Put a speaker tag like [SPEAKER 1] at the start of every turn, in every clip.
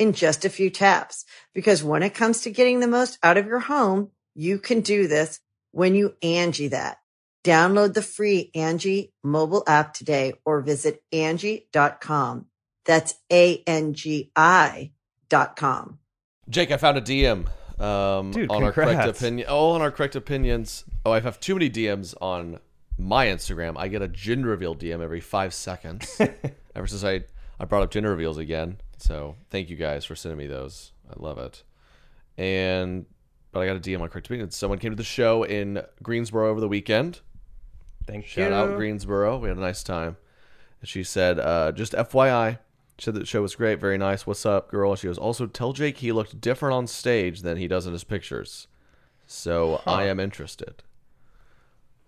[SPEAKER 1] in just a few taps. Because when it comes to getting the most out of your home, you can do this when you Angie that. Download the free Angie mobile app today or visit Angie.com. That's A-N-G-I dot com.
[SPEAKER 2] Jake, I found a DM um,
[SPEAKER 3] Dude,
[SPEAKER 2] on our correct
[SPEAKER 3] congrats.
[SPEAKER 2] opinion. Oh, on our correct opinions. Oh, I have too many DMs on my Instagram. I get a gender reveal DM every five seconds. Ever since I I brought up gender reveals again, so thank you guys for sending me those. I love it. And but I got a DM on correct opinions. Someone came to the show in Greensboro over the weekend.
[SPEAKER 3] Thank
[SPEAKER 2] Shout
[SPEAKER 3] you.
[SPEAKER 2] out Greensboro. We had a nice time. And she said, uh, just FYI, she said that the show was great, very nice. What's up, girl? And she goes, also tell Jake he looked different on stage than he does in his pictures. So I am interested.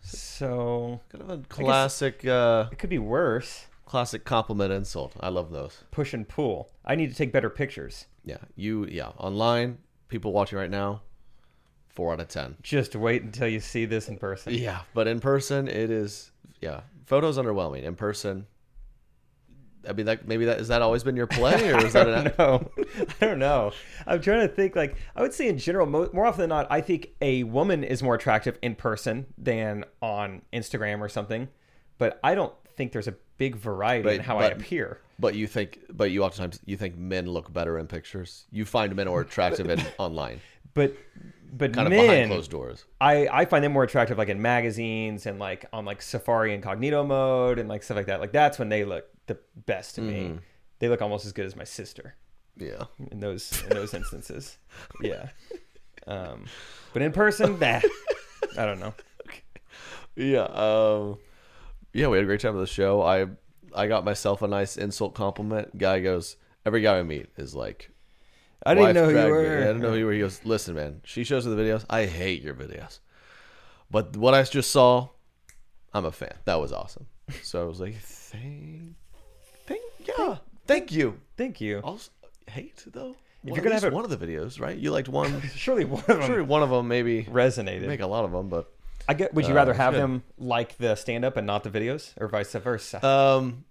[SPEAKER 3] So
[SPEAKER 2] Kind of a classic, uh,
[SPEAKER 3] it could be worse.
[SPEAKER 2] classic compliment insult. I love those.
[SPEAKER 3] Push and pull. I need to take better pictures.
[SPEAKER 2] Yeah, you, yeah, online people watching right now, four out of ten.
[SPEAKER 3] Just wait until you see this in person.
[SPEAKER 2] Yeah, but in person it is. Yeah, photos underwhelming. In person, I mean, that maybe that is that always been your play, or is that an,
[SPEAKER 3] No, I don't know. I'm trying to think. Like, I would say in general, mo- more often than not, I think a woman is more attractive in person than on Instagram or something. But I don't think there's a big variety in
[SPEAKER 2] But-
[SPEAKER 3] how
[SPEAKER 2] but-
[SPEAKER 3] I appear.
[SPEAKER 2] But you think, but you oftentimes you think men look better in pictures. You find men more attractive in online,
[SPEAKER 3] But but
[SPEAKER 2] kind of
[SPEAKER 3] men,
[SPEAKER 2] behind closed doors.
[SPEAKER 3] I I find them more attractive like in magazines and like on like Safari incognito mode and like stuff like that. Like that's when they look the best to
[SPEAKER 2] Mm-hmm.
[SPEAKER 3] me. They look almost as good as my sister.
[SPEAKER 2] Yeah,
[SPEAKER 3] in those in those instances. Yeah. Um, but in person, bah, I don't know.
[SPEAKER 2] yeah, um, yeah. We had a great time at the show. I I got myself a nice insult compliment. Guy goes, every guy I meet is like,
[SPEAKER 3] I didn't know
[SPEAKER 2] "Wife
[SPEAKER 3] who you
[SPEAKER 2] dragged me."
[SPEAKER 3] were.
[SPEAKER 2] I didn't know who you were. He goes, listen, man. She shows me the videos. I hate your videos, but what I just saw, I'm a fan. That was awesome. So I was like, thank, thank, yeah, thank you.
[SPEAKER 3] Thank you.
[SPEAKER 2] also hate though.
[SPEAKER 3] If
[SPEAKER 2] Well,
[SPEAKER 3] you're
[SPEAKER 2] at
[SPEAKER 3] gonna
[SPEAKER 2] least
[SPEAKER 3] have a-
[SPEAKER 2] one of the videos, right? You liked one.
[SPEAKER 3] Surely one of them
[SPEAKER 2] sure, one of them maybe
[SPEAKER 3] resonated.
[SPEAKER 2] make a Uh, lot of them, but
[SPEAKER 3] I get. Would you rather have them like the stand up and not the videos, or vice versa?
[SPEAKER 2] um,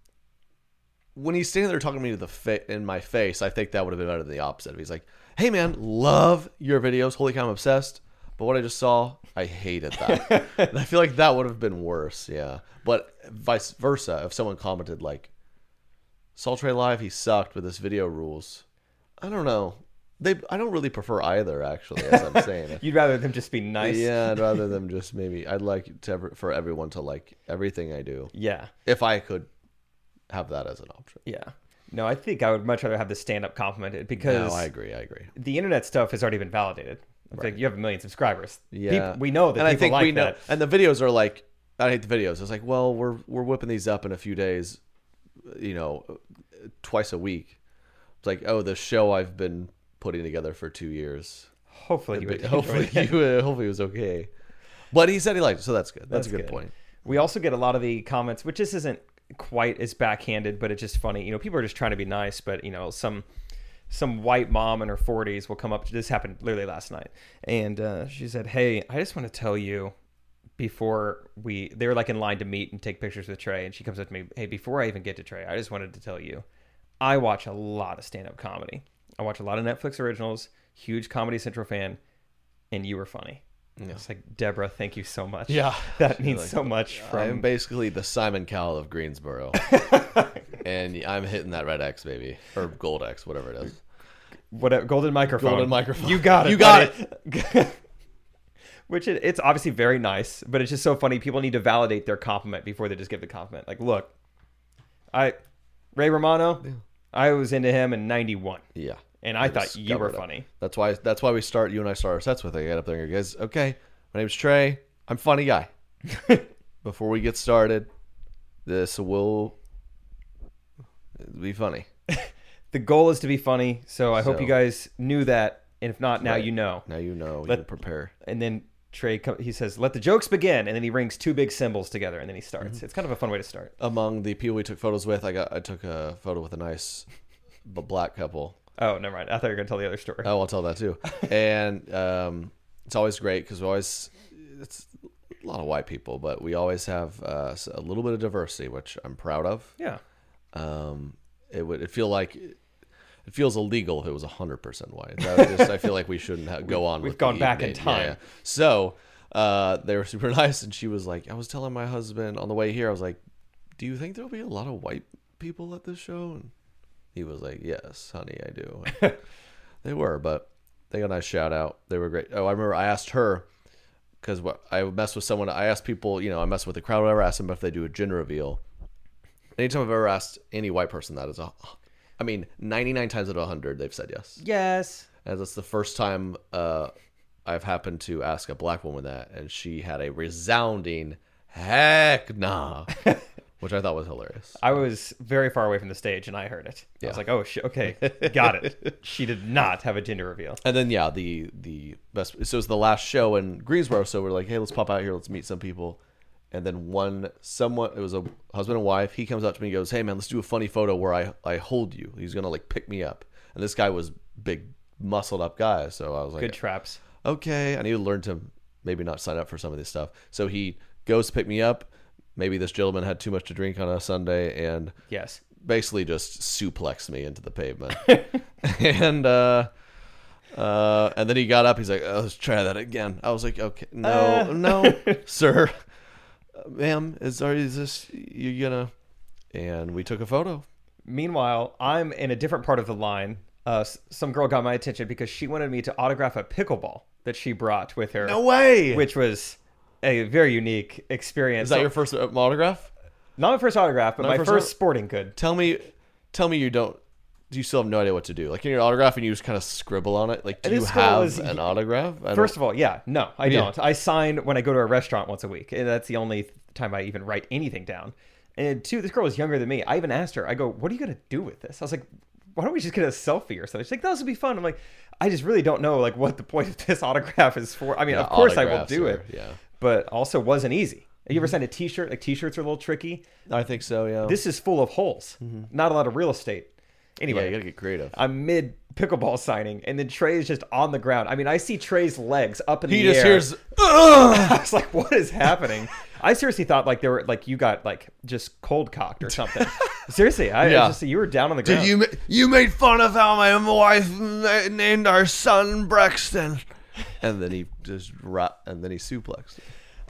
[SPEAKER 2] when he's standing there talking to me to the fa- in my face, I think that would have been better than the opposite. If he's like, "Hey man, love your videos. Holy cow, I'm obsessed." But what I just saw, I hated that. and I feel like that would have been worse. Yeah, but vice versa, if someone commented like, "Saltray Live, he sucked with his video rules," I don't know. They, I don't really prefer either. Actually, as I'm saying,
[SPEAKER 3] You'd rather them just be nice.
[SPEAKER 2] Yeah, I'd rather them just maybe. I'd like to ever, for everyone to like everything I do,
[SPEAKER 3] Yeah.
[SPEAKER 2] if I could have that as an option.
[SPEAKER 3] Yeah. No, I think I would much rather have the stand up complimented because
[SPEAKER 2] No, I agree. I agree.
[SPEAKER 3] the internet stuff has already been validated. It's like you have a million subscribers. Peop-
[SPEAKER 2] Yeah,
[SPEAKER 3] we know that
[SPEAKER 2] and
[SPEAKER 3] people
[SPEAKER 2] I think
[SPEAKER 3] like
[SPEAKER 2] we know.
[SPEAKER 3] that.
[SPEAKER 2] And the videos are like, I hate the videos. It's like, well, we're we're whipping these up in a few days, you know, twice a week. It's like, oh, the show I've been putting together for two years.
[SPEAKER 3] Hopefully, you would
[SPEAKER 2] hopefully, you uh, hopefully it was okay. But he said he liked it, so that's good. That's, a good, point.
[SPEAKER 3] We also get a lot of the comments, which this isn't quite as backhanded, but it's just funny. You know, people are just trying to be nice, but you know, some some white mom in her 40s will come up. This happened literally last night, and uh, she said, "Hey, I just want to tell you." Before we, they were like in line to meet and take pictures with Trey, and she comes up to me, "Hey, before I even get to Trey, I just wanted to tell you, I watch a lot of stand-up comedy. I watch a lot of Netflix originals. Huge Comedy Central fan, and you were funny." It's like Deborah, thank you so much.
[SPEAKER 2] Yeah.
[SPEAKER 3] that means so much from
[SPEAKER 2] I'm basically the Simon Cowell of Greensboro, and I'm hitting that red X baby or gold X, whatever it is.
[SPEAKER 3] whatever golden microphone.
[SPEAKER 2] Golden microphone.
[SPEAKER 3] You got it.
[SPEAKER 2] You got
[SPEAKER 3] it. Which it, it's obviously very nice, but it's just so funny. People need to validate their compliment before they just give the compliment. Like, look, I Ray Romano, I was into him in '91,
[SPEAKER 2] Yeah,
[SPEAKER 3] and I thought you were
[SPEAKER 2] discovered it.
[SPEAKER 3] funny.
[SPEAKER 2] That's why. That's why we start. You and I start our sets with. I get up there and go, guys. Okay, my name's Trey. I'm funny guy. Before we get started, this will be funny.
[SPEAKER 3] The goal is to be funny, so I hope
[SPEAKER 2] So-
[SPEAKER 3] you guys knew that, and if not, now
[SPEAKER 2] Right.
[SPEAKER 3] you know.
[SPEAKER 2] Now you know. you
[SPEAKER 3] Let-
[SPEAKER 2] prepare.
[SPEAKER 3] And then Trey, co- he says, "Let the jokes begin," and then he rings two big cymbals together, and then he starts.
[SPEAKER 2] Mm-hmm.
[SPEAKER 3] It's kind of a fun way to start.
[SPEAKER 2] Among the people we took photos with, I got. I took a photo with a nice b- black couple.
[SPEAKER 3] Oh, never mind. I thought you were gonna tell the other story.
[SPEAKER 2] Oh, I'll tell that too. And um, it's always great because we always it's a lot of white people, but we always have uh, a little bit of diversity, which I'm proud of.
[SPEAKER 3] Yeah.
[SPEAKER 2] Um, it would it feel like it feels illegal if it was hundred percent white. That was just, I feel like we shouldn't ha- go on.
[SPEAKER 3] we've
[SPEAKER 2] with
[SPEAKER 3] gone
[SPEAKER 2] the
[SPEAKER 3] back in
[SPEAKER 2] evening.
[SPEAKER 3] time.
[SPEAKER 2] So uh, they were super nice, and she was like, I was telling my husband on the way here, I was like, Do you think there'll be a lot of white people at this show? And he was like, Yes, honey, I do. And they were, but they got a nice shout out. They were great. Oh, I remember I asked her because what I mess with someone. I ask people, you know, I mess with the crowd. Whatever, I ask them if they do a gender reveal. Anytime I've ever asked any white person that is a, I mean, ninety nine times out of hundred they've said yes.
[SPEAKER 3] Yes.
[SPEAKER 2] As that's the first time uh, I've happened to ask a black woman that, and she had a resounding heck nah, which I thought was hilarious.
[SPEAKER 3] I was very far away from the stage and I heard it. I was
[SPEAKER 2] Yeah.
[SPEAKER 3] like, oh, sh- okay, got it. she did not have a gender reveal.
[SPEAKER 2] And then yeah, the the best. So it was the last show in Greensboro. So we're like, hey, let's pop out here, let's meet some people. And then one someone it was a husband and wife. He comes up to me and goes, hey man, let's do a funny photo where I I hold you. He's gonna like pick me up. And this guy was big, muscled up guy. So I was like,
[SPEAKER 3] Good traps.
[SPEAKER 2] okay, I need to learn to maybe not sign up for some of this stuff. So he goes to pick me up. Maybe this gentleman had too much to drink on a Sunday and
[SPEAKER 3] Yes.
[SPEAKER 2] basically just suplexed me into the pavement. and uh uh and then he got up, he's like, oh, let's try that again. I was like, okay, no,
[SPEAKER 3] Uh.
[SPEAKER 2] no, sir. Uh, Ma'am, is are is this you gonna and we took a photo.
[SPEAKER 3] Meanwhile, I'm in a different part of the line. Uh, s- some girl got my attention because she wanted me to autograph a pickleball that she brought with her. No
[SPEAKER 2] way.
[SPEAKER 3] Which was a very unique experience.
[SPEAKER 2] Is that your first uh, autograph?
[SPEAKER 3] Not my first autograph, but my
[SPEAKER 2] first
[SPEAKER 3] first,
[SPEAKER 2] auto-
[SPEAKER 3] sporting good.
[SPEAKER 2] Tell me tell me you don't do you still have no idea what to do? Like in your autograph and you just kind of scribble on it? Like do
[SPEAKER 3] This
[SPEAKER 2] you
[SPEAKER 3] girl
[SPEAKER 2] have
[SPEAKER 3] is-
[SPEAKER 2] an autograph? I don't-
[SPEAKER 3] First of all, yeah, no, I don't. I sign when I go to a restaurant once a week. And that's the only th- time I even write anything down. And two, this girl was younger than me. I even asked her, I go, what are you going to do with this? I was like, why don't we just get a selfie or something? She's like, this would be fun. I'm like, I just really don't know like what the point of this autograph is for. I mean,
[SPEAKER 2] Yeah,
[SPEAKER 3] of course I will
[SPEAKER 2] autographs
[SPEAKER 3] do
[SPEAKER 2] are-
[SPEAKER 3] it.
[SPEAKER 2] yeah. Mm-hmm.
[SPEAKER 3] But also wasn't easy. Have you ever signed a t-shirt? Like t-shirts are a little tricky.
[SPEAKER 2] I think so, yeah.
[SPEAKER 3] This is full of holes. Not a lot of real estate.
[SPEAKER 2] yeah,
[SPEAKER 3] Anyway,
[SPEAKER 2] you gotta get creative.
[SPEAKER 3] I'm mid pickleball signing, and then Trey is just on the ground. I mean, I see Trey's legs up in
[SPEAKER 2] he
[SPEAKER 3] the air.
[SPEAKER 2] just hears
[SPEAKER 3] I was like, "What is happening?" I seriously thought like there were like you got like just cold cocked or something. seriously, I, I
[SPEAKER 2] Yeah.
[SPEAKER 3] just you were down on the ground.
[SPEAKER 2] Did you ma- you made fun of how my wife na- named our son Brexton? And then he just ra- and then he suplexed.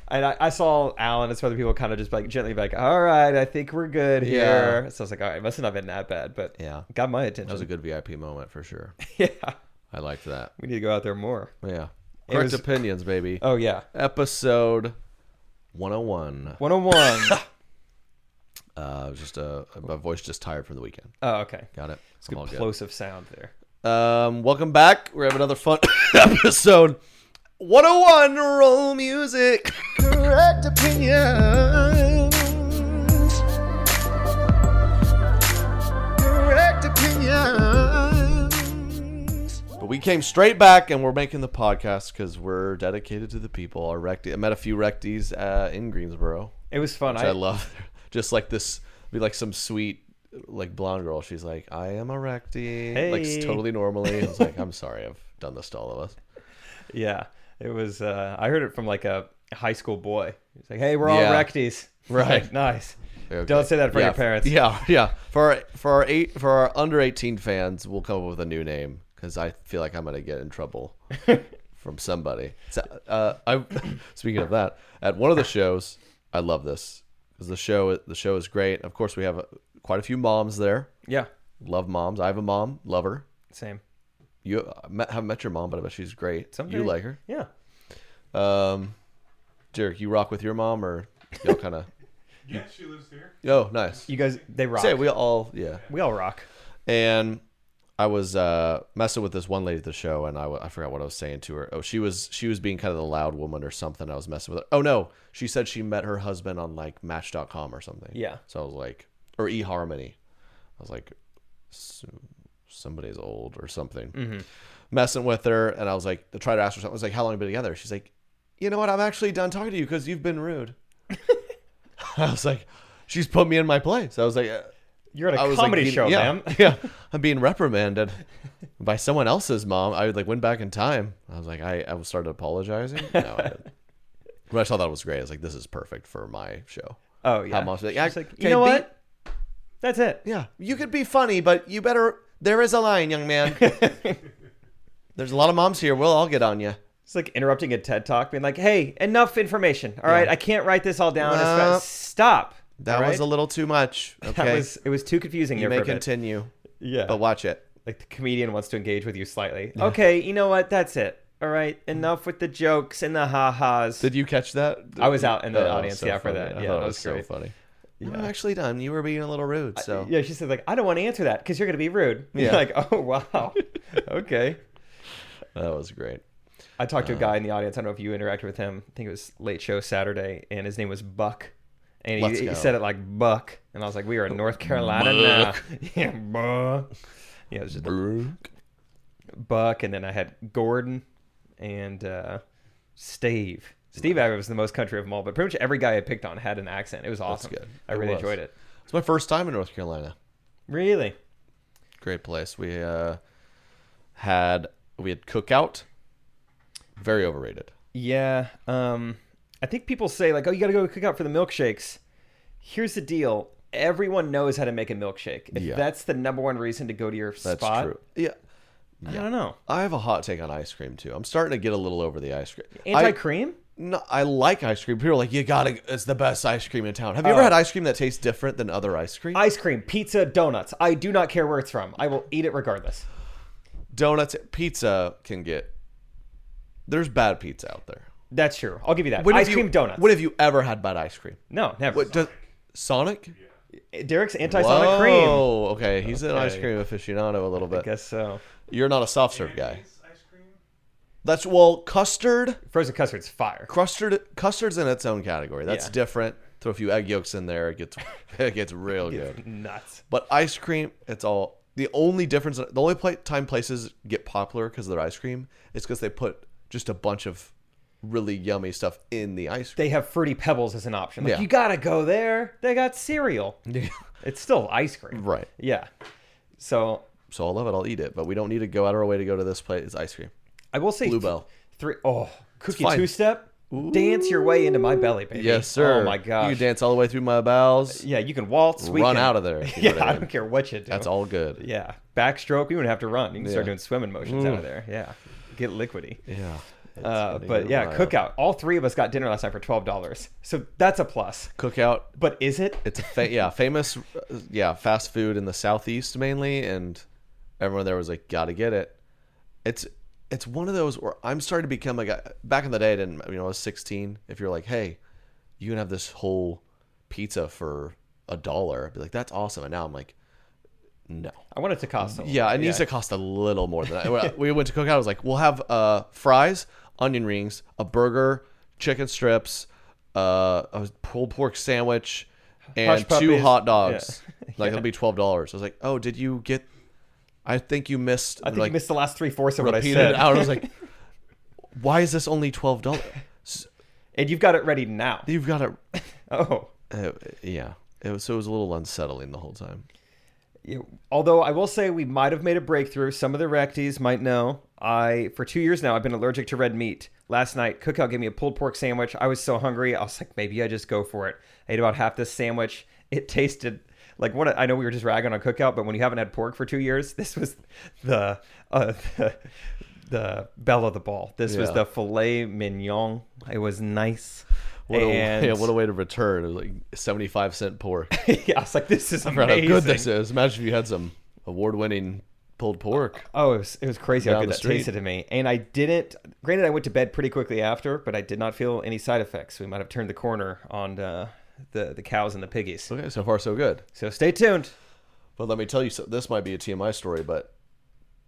[SPEAKER 3] And I, I saw Alan and some other people kind of just like gently be like, "All right, I think we're good here."
[SPEAKER 2] Yeah.
[SPEAKER 3] So I was like, "All right, must have not been that bad," but
[SPEAKER 2] Yeah.
[SPEAKER 3] got my attention.
[SPEAKER 2] That was a good VIP moment for sure.
[SPEAKER 3] yeah,
[SPEAKER 2] I liked that.
[SPEAKER 3] we need to go out there more.
[SPEAKER 2] Yeah,
[SPEAKER 3] It
[SPEAKER 2] correct
[SPEAKER 3] was-
[SPEAKER 2] opinions, baby.
[SPEAKER 3] Oh yeah,
[SPEAKER 2] Episode one hundred and one.
[SPEAKER 3] one on one.
[SPEAKER 2] Uh, it was just a my voice just tired from the weekend.
[SPEAKER 3] Oh okay,
[SPEAKER 2] Got it.
[SPEAKER 3] It's
[SPEAKER 2] I'm all
[SPEAKER 3] good
[SPEAKER 2] good.
[SPEAKER 3] plosive sound there.
[SPEAKER 2] Um, welcome back. We're having another fun episode. 101 roll music. Correct opinions. Correct opinions. But we came straight back and we're making the podcast because we're dedicated to the people. Our recti- I met a few recties uh, in Greensboro,
[SPEAKER 3] It was fun.
[SPEAKER 2] which I, love. Just like this, be like some sweet like blonde girl. She's like, I am a recti, like s- totally normally. I was like, I'm sorry, I've done this to all of us.
[SPEAKER 3] Yeah, it was. Uh, I heard it from like a high school boy. He's like, "Hey, we're all
[SPEAKER 2] Yeah.
[SPEAKER 3] recties."
[SPEAKER 2] Right.
[SPEAKER 3] Like, nice.
[SPEAKER 2] Okay.
[SPEAKER 3] Don't say that for
[SPEAKER 2] yeah,
[SPEAKER 3] your parents.
[SPEAKER 2] Yeah, yeah. For our, for our eight for our under eighteen fans, we'll come up with a new name because I feel like I'm gonna get in trouble from somebody. So, uh, I speaking of that, at one of the shows, I love this because the show the show is great. Of course, we have uh quite a few moms there.
[SPEAKER 3] Yeah.
[SPEAKER 2] Love moms. I have a mom. Love her.
[SPEAKER 3] Same.
[SPEAKER 2] You I met, haven't met your mom, but I bet she's great.
[SPEAKER 3] Someday-
[SPEAKER 2] You like her.
[SPEAKER 3] Yeah.
[SPEAKER 2] Um, Derek, you rock with your mom, or y'all kind of?
[SPEAKER 4] Yeah, she lives here.
[SPEAKER 2] Oh, nice.
[SPEAKER 3] You guys, they rock.
[SPEAKER 2] Say we all, yeah.
[SPEAKER 3] we all rock.
[SPEAKER 2] And I was uh, messing with this one lady at the show, and I, w- I forgot what I was saying to her. Oh, she was she was being kind of the loud woman or something. I was messing with her. Oh no, she said she met her husband on like Match.com or something.
[SPEAKER 3] Yeah.
[SPEAKER 2] So I was like, or eHarmony. I was like, "S- somebody's old or something. Messing with her, and I was like, I tried to ask her something. I was like, how long have you been together? She's like, you know what? I'm actually done talking to you because you've been rude. I was like, she's put me in my place. I was like. uh,
[SPEAKER 3] You're at a
[SPEAKER 2] I was
[SPEAKER 3] comedy
[SPEAKER 2] like,
[SPEAKER 3] show,
[SPEAKER 2] yeah,
[SPEAKER 3] ma'am.
[SPEAKER 2] Yeah, I'm being reprimanded by someone else's mom. I like went back in time. I was like, I, I started apologizing. No, I didn't. But I just thought that was great. I was like, this is perfect for my show.
[SPEAKER 3] Oh yeah.
[SPEAKER 2] How mom's like, yeah,
[SPEAKER 3] She's like,
[SPEAKER 2] okay,
[SPEAKER 3] you know
[SPEAKER 2] be-
[SPEAKER 3] what? That's it.
[SPEAKER 2] yeah, you could be funny, but you better. There is a line, young man. There's a lot of moms here. We'll all get on you.
[SPEAKER 3] It's like interrupting a TED talk, being like, "Hey, enough information. All right, I can't write this all down. It's fa-
[SPEAKER 2] Well,
[SPEAKER 3] Stop."
[SPEAKER 2] That
[SPEAKER 3] all
[SPEAKER 2] was a
[SPEAKER 3] right?
[SPEAKER 2] little too much. Okay,
[SPEAKER 3] That was. It was too confusing.
[SPEAKER 2] you
[SPEAKER 3] there
[SPEAKER 2] may
[SPEAKER 3] for a bit.
[SPEAKER 2] continue,
[SPEAKER 3] Yeah.
[SPEAKER 2] but watch it.
[SPEAKER 3] like the comedian wants to engage with you slightly. Okay, you know what? That's it. All right,
[SPEAKER 2] Mm-hmm.
[SPEAKER 3] enough with the jokes and the ha ha's.
[SPEAKER 2] Did you catch that?
[SPEAKER 3] I was out in the
[SPEAKER 2] Oh, that was
[SPEAKER 3] audience,
[SPEAKER 2] so
[SPEAKER 3] yeah, for
[SPEAKER 2] funny.
[SPEAKER 3] that.
[SPEAKER 2] I
[SPEAKER 3] Yeah,
[SPEAKER 2] thought
[SPEAKER 3] that
[SPEAKER 2] it
[SPEAKER 3] was
[SPEAKER 2] was so
[SPEAKER 3] great.
[SPEAKER 2] funny. I'm actually done. You were being a little rude, so
[SPEAKER 3] Yeah, she said like, I don't want to answer that because you're gonna be rude.
[SPEAKER 2] Yeah.
[SPEAKER 3] like, oh wow, okay.
[SPEAKER 2] that was great.
[SPEAKER 3] I talked
[SPEAKER 2] Uh.
[SPEAKER 3] to a guy in the audience. I don't know if you interacted with him. I think it was Late Show Saturday, and his name was Buck, and
[SPEAKER 2] Let's
[SPEAKER 3] he, he
[SPEAKER 2] go.
[SPEAKER 3] said it like Buck, and I was like, we are in North Carolina now. yeah, Buck. Yeah, it was just Buck, and then I had Gordon and uh, Steve. Steve Abbott was the most country of them all, but pretty much every guy I picked on had an accent. It was awesome.
[SPEAKER 2] good.
[SPEAKER 3] I
[SPEAKER 2] It
[SPEAKER 3] really
[SPEAKER 2] was.
[SPEAKER 3] enjoyed it.
[SPEAKER 2] It's my first time in North Carolina.
[SPEAKER 3] Really?
[SPEAKER 2] Great place. We uh, had we had cookout. Very overrated.
[SPEAKER 3] Yeah. Um, I think people say like, "Oh, you got to go cook out for the milkshakes." Here's the deal: everyone knows how to make a milkshake. If
[SPEAKER 2] Yeah.
[SPEAKER 3] that's the number one reason to go to your
[SPEAKER 2] That's
[SPEAKER 3] spot,
[SPEAKER 2] true. Yeah,
[SPEAKER 3] I don't know.
[SPEAKER 2] I have a hot take on ice cream too. I'm starting to get a little over the ice cream.
[SPEAKER 3] Anti
[SPEAKER 2] I,
[SPEAKER 3] cream?
[SPEAKER 2] no, I like ice cream. People are like, you gotta. It's the best ice cream in town. Have you ever had ice cream that tastes different than other ice cream?
[SPEAKER 3] Ice cream, pizza, donuts. I do not care where it's from. I will eat it regardless.
[SPEAKER 2] Donuts, pizza can get. There's bad pizza out there.
[SPEAKER 3] That's true. I'll give you that.
[SPEAKER 2] When have
[SPEAKER 3] ice
[SPEAKER 2] you-
[SPEAKER 3] cream donuts.
[SPEAKER 2] When have you ever had bad ice cream?
[SPEAKER 3] no, never.
[SPEAKER 2] What does Sonic?
[SPEAKER 3] Derek's anti-sonic cream.
[SPEAKER 2] Oh, okay. He's an ice
[SPEAKER 3] Okay.
[SPEAKER 2] cream aficionado a little bit.
[SPEAKER 3] I guess so.
[SPEAKER 2] You're not a soft serve guy.
[SPEAKER 4] Ice cream.
[SPEAKER 2] That's well, custard,
[SPEAKER 3] Frozen custard's fire.
[SPEAKER 2] custard, custard's in its own category. That's
[SPEAKER 3] Yeah.
[SPEAKER 2] different. Throw a few egg yolks in there, it gets it gets real good.
[SPEAKER 3] Nuts.
[SPEAKER 2] But ice cream, it's all the only difference. The only pla time places get popular because of their ice cream is because they put just a bunch of really yummy stuff in the ice cream.
[SPEAKER 3] They have fruity pebbles as an option. Like
[SPEAKER 2] Yeah.
[SPEAKER 3] you gotta go there. They got cereal. It's still ice cream.
[SPEAKER 2] right.
[SPEAKER 3] Yeah. So
[SPEAKER 2] So I love it. I'll eat it, but we don't need to go out of our way to go to this place. It's ice cream.
[SPEAKER 3] I will say
[SPEAKER 2] Bluebell.
[SPEAKER 3] Three oh cookie
[SPEAKER 2] fine.
[SPEAKER 3] two step. Dance your way into my belly, baby.
[SPEAKER 2] Yes, sir.
[SPEAKER 3] Oh my gosh.
[SPEAKER 2] You can dance all the way through my bowels.
[SPEAKER 3] Yeah, you can waltz. we
[SPEAKER 2] Run
[SPEAKER 3] can-
[SPEAKER 2] out of there, if you know
[SPEAKER 3] Yeah,
[SPEAKER 2] what I
[SPEAKER 3] I
[SPEAKER 2] mean.
[SPEAKER 3] don't care what you do.
[SPEAKER 2] That's all good.
[SPEAKER 3] Yeah, backstroke. You wouldn't have to run. You can start
[SPEAKER 2] Yeah.
[SPEAKER 3] doing swimming motions out of there. Yeah, get liquidy.
[SPEAKER 2] Yeah.
[SPEAKER 3] Uh,
[SPEAKER 2] It's
[SPEAKER 3] but
[SPEAKER 2] getting
[SPEAKER 3] yeah,
[SPEAKER 2] wild.
[SPEAKER 3] cookout. All three of us got dinner last night for twelve dollars. So that's a plus.
[SPEAKER 2] Cookout.
[SPEAKER 3] But is it?
[SPEAKER 2] It's a fa- yeah famous uh, yeah fast food in the southeast mainly, and everyone there was like, gotta get it. It's it's one of those where I'm starting to become a guy. Back in the day, I didn't you know I was 16. If you're like, hey, you can have this whole pizza for a dollar, I'd be like, that's awesome. And now I'm like, no.
[SPEAKER 3] I wanted to cost. a little
[SPEAKER 2] Yeah, it
[SPEAKER 3] bit,
[SPEAKER 2] needs to cost a little more than that. we went to cookout. I was like, we'll have uh, fries, onion rings, a burger, chicken strips, uh, a pulled pork sandwich, and
[SPEAKER 3] Hush
[SPEAKER 2] two
[SPEAKER 3] puppies.
[SPEAKER 2] hot dogs. Like it'll be twelve dollars. I was like, oh, did you get? I think you missed.
[SPEAKER 3] I think
[SPEAKER 2] like,
[SPEAKER 3] you missed the last three fourths of what I
[SPEAKER 2] repeated
[SPEAKER 3] said.
[SPEAKER 2] it out. I was like, why is this only twelve dollars?
[SPEAKER 3] and you've got it ready now.
[SPEAKER 2] You've got to.
[SPEAKER 3] Oh,
[SPEAKER 2] Uh, yeah. It was, so it was a little unsettling the whole time.
[SPEAKER 3] Yeah, although I will say we might have made a breakthrough. Some of the recties might know. I for two years now I've been allergic to red meat. Last night, Cookout gave me a pulled pork sandwich. I was so hungry. I was like, maybe I just go for it. I ate about half this sandwich. It tasted like what I know we were just ragging on Cookout, but when you haven't had pork for two years, this was the uh, the, the bell of the ball. This was
[SPEAKER 2] Yeah.
[SPEAKER 3] the filet mignon. It was nice.
[SPEAKER 2] What,
[SPEAKER 3] and
[SPEAKER 2] a, yeah, what a way to return. It was like 75 cent pork.
[SPEAKER 3] yeah, I was like, this is
[SPEAKER 2] Forgot
[SPEAKER 3] amazing.
[SPEAKER 2] how good this is. Imagine if you had some award winning pulled pork.
[SPEAKER 3] Oh, it was it was crazy how
[SPEAKER 2] Down
[SPEAKER 3] good
[SPEAKER 2] the
[SPEAKER 3] that
[SPEAKER 2] street.
[SPEAKER 3] tasted to me. And I didn't. Granted, I went to bed pretty quickly after, but I did not feel any side effects. We might have turned the corner on uh, the the cows and the piggies.
[SPEAKER 2] Okay, so far so good.
[SPEAKER 3] So stay tuned.
[SPEAKER 2] But let me tell you, so this might be a TMI story, but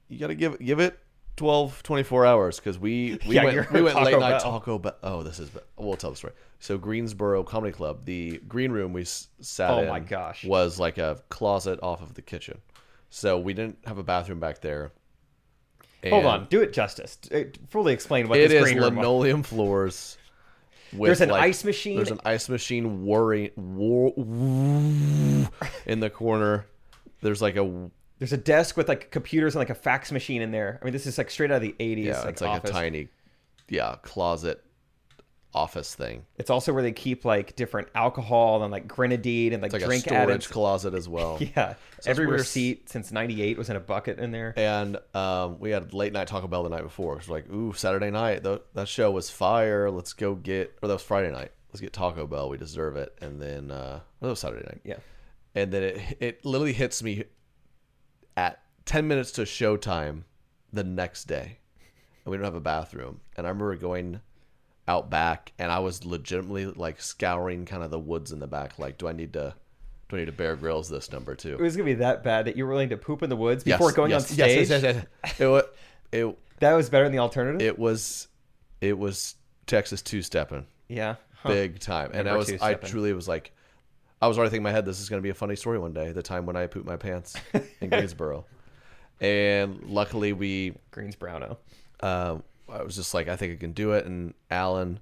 [SPEAKER 2] you got to give give it 12, 24 hours because we we
[SPEAKER 3] Yeah, you're
[SPEAKER 2] went, we went
[SPEAKER 3] Taco
[SPEAKER 2] late night
[SPEAKER 3] Bell.
[SPEAKER 2] Taco Bell. Oh, this is we'll tell the story. So Greensboro Comedy Club, the green room we s- sat
[SPEAKER 3] Oh
[SPEAKER 2] in,
[SPEAKER 3] my gosh.
[SPEAKER 2] was like a closet off of the kitchen. So we didn't have a bathroom back there.
[SPEAKER 3] Hold
[SPEAKER 2] And
[SPEAKER 3] on, do it justice. Uh, Fully explain what
[SPEAKER 2] It is
[SPEAKER 3] this green room was.
[SPEAKER 2] linoleum floors. with,
[SPEAKER 3] There's an ice machine.
[SPEAKER 2] There's an ice machine whirring wor- in the corner. There's like a
[SPEAKER 3] There's a desk with like computers and like a fax machine in there. I mean, this is like straight out of the 80s.
[SPEAKER 2] yeah, it's like
[SPEAKER 3] office.
[SPEAKER 2] a tiny yeah closet office thing.
[SPEAKER 3] It's also where they keep like different alcohol and like grenadine and like,
[SPEAKER 2] It's like
[SPEAKER 3] drink
[SPEAKER 2] a storage
[SPEAKER 3] additives.
[SPEAKER 2] closet as well.
[SPEAKER 3] yeah, every
[SPEAKER 2] where s-
[SPEAKER 3] receipt since '98 was in a bucket in there.
[SPEAKER 2] And um, we had late night Taco Bell the night before. It's like, ooh, Saturday night, tho- that show was fire. Let's go get, or that was Friday night. Let's get Taco Bell. We deserve it. And then, uh, well, that was Saturday night.
[SPEAKER 3] Yeah.
[SPEAKER 2] and then it it literally hits me at 10 minutes to showtime the next day and we don't have a bathroom and i remember going out back and i was legitimately like scouring kind of the woods in the back like do i need to do i need to bear grills this number too
[SPEAKER 3] It was gonna be that bad that you were willing to poop in the woods
[SPEAKER 2] Yes,
[SPEAKER 3] before going
[SPEAKER 2] yes,
[SPEAKER 3] on stage.
[SPEAKER 2] yes, yes, yes, yes. it, wa- it,
[SPEAKER 3] That was better than the alternative.
[SPEAKER 2] it was it was texas two-stepping
[SPEAKER 3] yeah. Huh.
[SPEAKER 2] big time. And I
[SPEAKER 3] Number
[SPEAKER 2] was,
[SPEAKER 3] two
[SPEAKER 2] I
[SPEAKER 3] stepping.
[SPEAKER 2] truly was like, I was already thinking in my head, this is going to be a funny story one day. The time when I pooped my pants in Greensboro, and luckily we,
[SPEAKER 3] Greens Browno.
[SPEAKER 2] uh, I was just like, I think I can do it. And Alan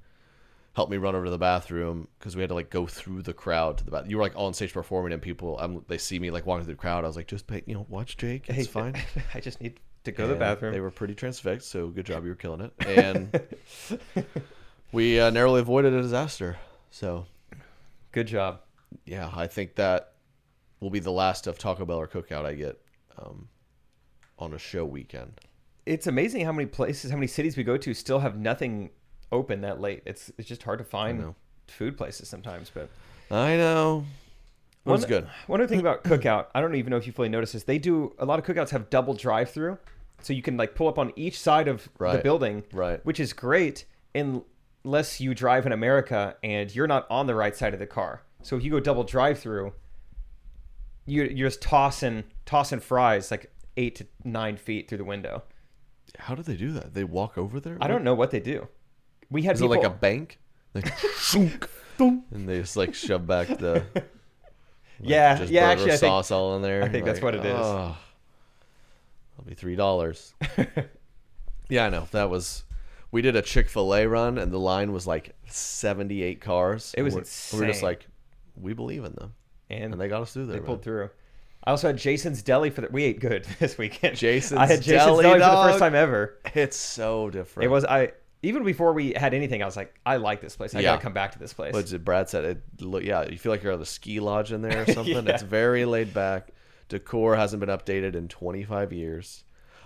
[SPEAKER 2] helped me run over to the bathroom because we had to like go through the crowd to the bathroom. You were like on stage performing, and people, um they see me like walking through the crowd. I was like, just pay, you know, watch Jake. It's fine.
[SPEAKER 3] I just need to go to the
[SPEAKER 2] And
[SPEAKER 3] bathroom.
[SPEAKER 2] They were pretty transfixed, so good job, you were killing it. And we uh, narrowly avoided a disaster. So
[SPEAKER 3] Good job.
[SPEAKER 2] yeah, I think that will be the last of Taco Bell or Cookout I get um, on a show weekend.
[SPEAKER 3] It's amazing how many places, how many cities we go to still have nothing open that late. It's it's just hard to find
[SPEAKER 2] know.
[SPEAKER 3] food places sometimes. But
[SPEAKER 2] I know.
[SPEAKER 3] One-
[SPEAKER 2] One's good.
[SPEAKER 3] One other thing about Cookout, I don't even know if you fully noticed this. They do a lot of cookouts have double drive-through, so you can like pull up on each side of the
[SPEAKER 2] Right.
[SPEAKER 3] building,
[SPEAKER 2] Right.
[SPEAKER 3] Which is great unless you drive in America and you're not on the right side of the car. So if you go double drive-through, you you're just tossing tossing fries like eight to nine feet through the window.
[SPEAKER 2] How do they do that? They walk over there?
[SPEAKER 3] I don't know what they do. We
[SPEAKER 2] Mm-hmm.
[SPEAKER 3] had
[SPEAKER 2] Is
[SPEAKER 3] people
[SPEAKER 2] it like a bank? Like, and they just like shove back the
[SPEAKER 3] yeah
[SPEAKER 2] just
[SPEAKER 3] yeah
[SPEAKER 2] burger
[SPEAKER 3] actually I think
[SPEAKER 2] sauce all in there. I
[SPEAKER 3] think that's what it is.
[SPEAKER 2] that'll be three dollars. yeah, I know. That was. We did a Chick Fil A run, and the line was like seventy-eight cars.
[SPEAKER 3] It was
[SPEAKER 2] And we're- We were just
[SPEAKER 3] insane.
[SPEAKER 2] like, we believe in them,
[SPEAKER 3] And
[SPEAKER 2] and they got us through there.
[SPEAKER 3] They
[SPEAKER 2] man.
[SPEAKER 3] pulled through. I also had Jason's Deli for the. We ate good this weekend.
[SPEAKER 2] Jason's
[SPEAKER 3] I had Jason's
[SPEAKER 2] Deli,
[SPEAKER 3] Deli, for the
[SPEAKER 2] dog.
[SPEAKER 3] first time ever.
[SPEAKER 2] It's so different.
[SPEAKER 3] It was I even before we had anything. I was like, I like this place. I
[SPEAKER 2] Yeah.
[SPEAKER 3] gotta come back to this place.
[SPEAKER 2] What did Brad said it. lo- Yeah, you feel like you're at a ski lodge in there or something. It's very laid back. Decor hasn't been updated in 25 years.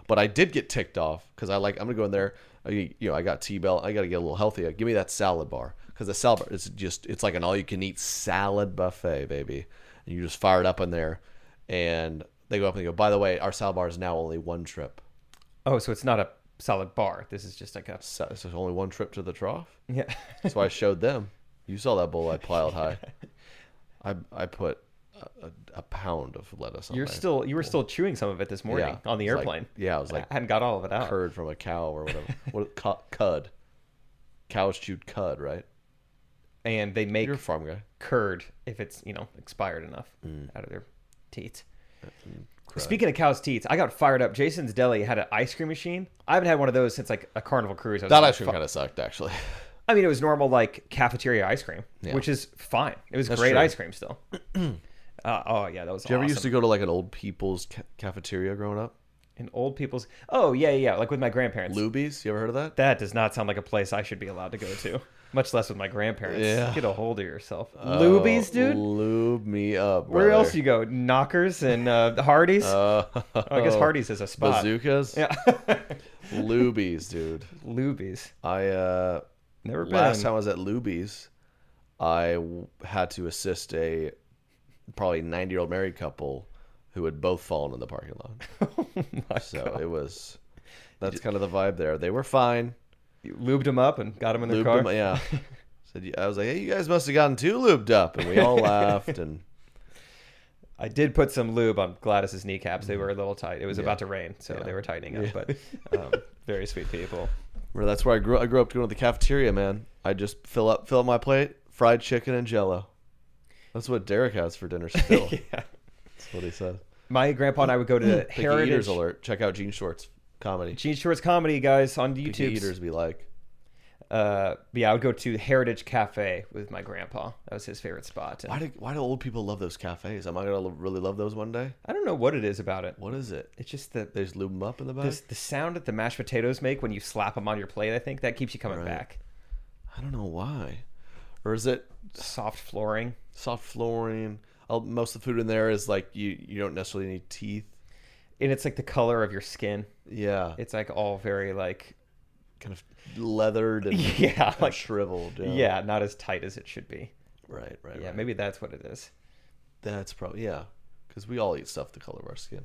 [SPEAKER 2] But I did get ticked off because I like. I'm gonna go in there. I, you know, I got T-Bell. I gotta get a little healthier. Give me that salad bar because the salad bar is just. It's like an all-you-can-eat salad buffet, baby. And you just fire it up in there, and they go up and they go. By the way, our salad bar is now only one trip.
[SPEAKER 3] Oh, so it's not a solid bar. This is just like a
[SPEAKER 2] So, so it's only one trip to the trough.
[SPEAKER 3] yeah.
[SPEAKER 2] So I showed them. You saw that bowl I piled high. I I put a, a, a pound of lettuce on
[SPEAKER 3] You're
[SPEAKER 2] my
[SPEAKER 3] still you were still chewing some of it this morning on the
[SPEAKER 2] It's like-
[SPEAKER 3] airplane.
[SPEAKER 2] yeah, I was like
[SPEAKER 3] I hadn't got all of it out.
[SPEAKER 2] curd from a cow or whatever. what cu- cud? Cows chewed cud, right?
[SPEAKER 3] And they make
[SPEAKER 2] You're a farm guy.
[SPEAKER 3] curd if it's you know expired enough
[SPEAKER 2] Mm.
[SPEAKER 3] out of their teeth. Speaking of cow's teeth, I got fired up. Jason's Deli had an ice cream machine. I haven't had one of those since like a carnival cruise. I was
[SPEAKER 2] That
[SPEAKER 3] on.
[SPEAKER 2] ice cream kind of sucked, actually.
[SPEAKER 3] I mean, it was normal like cafeteria ice cream, which is fine. It was great
[SPEAKER 2] true.
[SPEAKER 3] ice cream still. Uh, oh yeah, that was.
[SPEAKER 2] Do you ever used to
[SPEAKER 3] awesome.
[SPEAKER 2] go to like an old people's ca- cafeteria growing up?
[SPEAKER 3] in old people's? Oh yeah, yeah, yeah, like with my grandparents.
[SPEAKER 2] Lubies? You ever heard of that?
[SPEAKER 3] That does not sound like a place I should be allowed to go to, much less with my grandparents.
[SPEAKER 2] Yeah.
[SPEAKER 3] Get a hold of yourself, Lubies, dude.
[SPEAKER 2] Lube me up.
[SPEAKER 3] Where else
[SPEAKER 2] brother.
[SPEAKER 3] you go? Knockers and uh, Hardee's.
[SPEAKER 2] Uh,
[SPEAKER 3] Oh, I guess Hardee's is a spot.
[SPEAKER 2] Bazookas?
[SPEAKER 3] Yeah,
[SPEAKER 2] Lubies, dude.
[SPEAKER 3] Lubies.
[SPEAKER 2] I uh
[SPEAKER 3] Never been.
[SPEAKER 2] last time I was at Luby's, I w- had to assist a probably 90 year old married couple who had both fallen in the parking lot.
[SPEAKER 3] Oh
[SPEAKER 2] so it was that's kind of the vibe there. They were fine.
[SPEAKER 3] You lubed them up and got them in their
[SPEAKER 2] Lubed
[SPEAKER 3] car.
[SPEAKER 2] them, yeah. Said y- I was like, hey, you guys must have gotten too lubed up, and we all laughed. And
[SPEAKER 3] I did put some lube on Gladys's kneecaps. They were a little tight. It was about to rain, so they were tightening up. But um, very sweet people.
[SPEAKER 2] well, that's where I grew. I grew up going to the cafeteria, man. I just fill up, fill up my plate, fried chicken and Jello. That's what Derek has for dinner still. That's what he said.
[SPEAKER 3] My grandpa and I would go to Mm, the
[SPEAKER 2] Picky
[SPEAKER 3] Heritage
[SPEAKER 2] Eaters alert. Check out Gene Short's comedy.
[SPEAKER 3] Gene Short's comedy guys on
[SPEAKER 2] Picky
[SPEAKER 3] YouTube.
[SPEAKER 2] Eaters be like.
[SPEAKER 3] Uh, but yeah, I would go to Heritage Cafe with my grandpa. That was his favorite spot. And
[SPEAKER 2] Why do why do old people love those cafes? Am I gonna lo- really love those one day?
[SPEAKER 3] I don't know what it is about it.
[SPEAKER 2] What is it?
[SPEAKER 3] It's just the
[SPEAKER 2] They just lube them up in the back.
[SPEAKER 3] the, the sound that the mashed potatoes make when you slap them on your plate. I think that keeps you coming back.
[SPEAKER 2] I don't know why. Or is it
[SPEAKER 3] Soft flooring.
[SPEAKER 2] soft flooring? i most of the food in there is like you you don't necessarily need teeth.
[SPEAKER 3] And it's like the color of your skin.
[SPEAKER 2] Yeah, it's
[SPEAKER 3] It's like all very like
[SPEAKER 2] kind of leathered and
[SPEAKER 3] yeah,
[SPEAKER 2] kind of
[SPEAKER 3] like
[SPEAKER 2] shriveled. Yeah,
[SPEAKER 3] yeah, not as tight as it should be.
[SPEAKER 2] right, right.
[SPEAKER 3] Yeah,
[SPEAKER 2] right.
[SPEAKER 3] maybe that's what it is.
[SPEAKER 2] that's probably yeah, because we all eat stuff the color of our skin.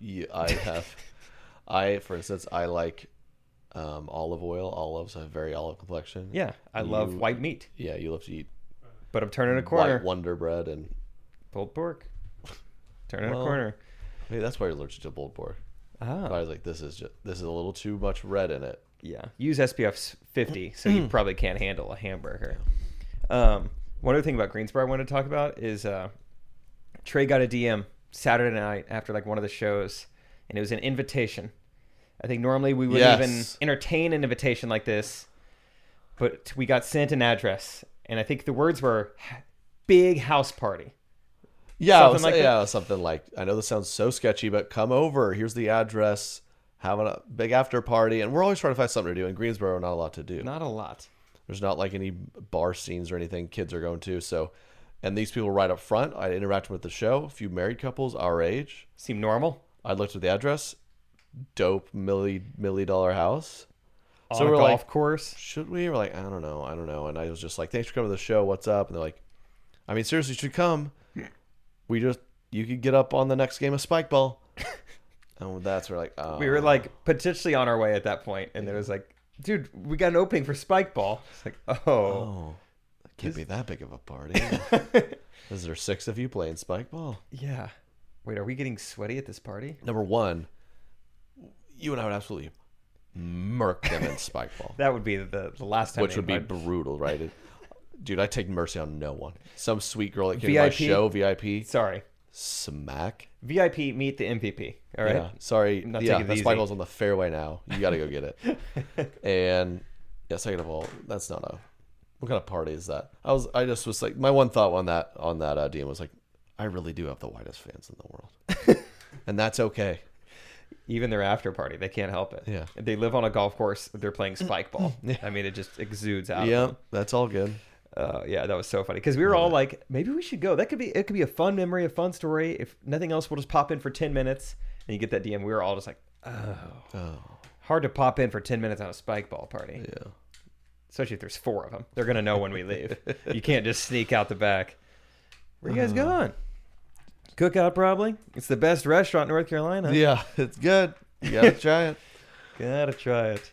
[SPEAKER 2] Mm-hmm. Yeah, I have. I, for instance, I like um, olive oil. Olives I have very olive complexion.
[SPEAKER 3] Yeah, I love
[SPEAKER 2] You-
[SPEAKER 3] white meat,
[SPEAKER 2] yeah. You love to eat
[SPEAKER 3] but I'm turning a corner.
[SPEAKER 2] white Wonder Bread, and
[SPEAKER 3] Pulled pork. Turning
[SPEAKER 2] Well-
[SPEAKER 3] a corner.
[SPEAKER 2] maybe that's why you're allergic to pulled pork.
[SPEAKER 3] Ah,
[SPEAKER 2] I was like, this is just this is a little too much red in it.
[SPEAKER 3] yeah. Use SPF 50, so
[SPEAKER 2] Mm.
[SPEAKER 3] you probably can't handle a hamburger. Um, one other thing about Greensboro I wanted to talk about is uh, Trey got a DM Saturday night after like one of the shows, and it was an invitation. I think normally we wouldn't even
[SPEAKER 2] Yes.
[SPEAKER 3] entertain an invitation like this, but we got sent an address, and I think the words were "H- "big house party."
[SPEAKER 2] Yeah,
[SPEAKER 3] Something
[SPEAKER 2] it was-
[SPEAKER 3] like that?
[SPEAKER 2] yeah, it was something like I know this sounds so sketchy, but come over. Here's the address. Having a big after party, and we're always trying to find something to do in Greensboro. Not a lot to do.
[SPEAKER 3] Not a lot.
[SPEAKER 2] There's not like any bar scenes or anything kids are going to. So, and these people right up front. I interacted with the show. A few married couples our age.
[SPEAKER 3] Seemed normal.
[SPEAKER 2] I looked at the address. Dope milli milli dollar house.
[SPEAKER 3] On
[SPEAKER 2] So
[SPEAKER 3] a
[SPEAKER 2] we're
[SPEAKER 3] golf
[SPEAKER 2] like-
[SPEAKER 3] course.
[SPEAKER 2] should we? We're like, I don't know, I don't know. And I was just like, thanks for coming to the show. What's up? And they're like, I mean, seriously, you should come. We just, you could get up on the next game of spike ball. and that's where like, oh.
[SPEAKER 3] we were like potentially on our way at that point, and it was like, dude, we got an opening for Spike Ball. It's like, oh,
[SPEAKER 2] it can't be that big of a party. Is there six of you playing spike ball?
[SPEAKER 3] yeah. Wait, are we getting sweaty at this party?
[SPEAKER 2] Number one, you and I would absolutely murk them in spike ball,
[SPEAKER 3] That would be the, the last time.
[SPEAKER 2] which
[SPEAKER 3] they
[SPEAKER 2] would be
[SPEAKER 3] invite-
[SPEAKER 2] brutal, right? It- Dude, I take mercy on no one. Some sweet girl that came to my
[SPEAKER 3] VIP?
[SPEAKER 2] show, VIP,
[SPEAKER 3] sorry.
[SPEAKER 2] smack.
[SPEAKER 3] VIP meet the MVP. All right.
[SPEAKER 2] Yeah. Sorry.
[SPEAKER 3] I'm not
[SPEAKER 2] yeah,
[SPEAKER 3] taking it
[SPEAKER 2] that
[SPEAKER 3] easy.
[SPEAKER 2] spike ball's on the fairway now. You got to go get it. and yeah, second of all, that's not a. What kind of party is that? I was. I just was like, my one thought on that on that uh, DM was like, I really do have the widest fans in the world, and that's okay.
[SPEAKER 3] Even their after party, they can't help it.
[SPEAKER 2] Yeah.
[SPEAKER 3] They live on a golf course. They're playing Spike Ball. I mean, it just exudes out. of
[SPEAKER 2] Yeah,
[SPEAKER 3] them.
[SPEAKER 2] that's all good.
[SPEAKER 3] Uh, yeah, that was so funny because we were all like, maybe we should go. That could be it. Could be a fun memory, a fun story. If nothing else, we'll just pop in for ten minutes, and you get that DM. We were all just like, oh, hard to pop in for ten minutes on a spike ball party. Yeah, especially if there's four of them. They're gonna know when we leave. you can't just sneak out the back. Where you guys
[SPEAKER 2] Uh-huh.
[SPEAKER 3] going? Cookout, probably. It's the best restaurant in North Carolina.
[SPEAKER 2] Yeah, it's good. You gotta try it.
[SPEAKER 3] Gotta try it.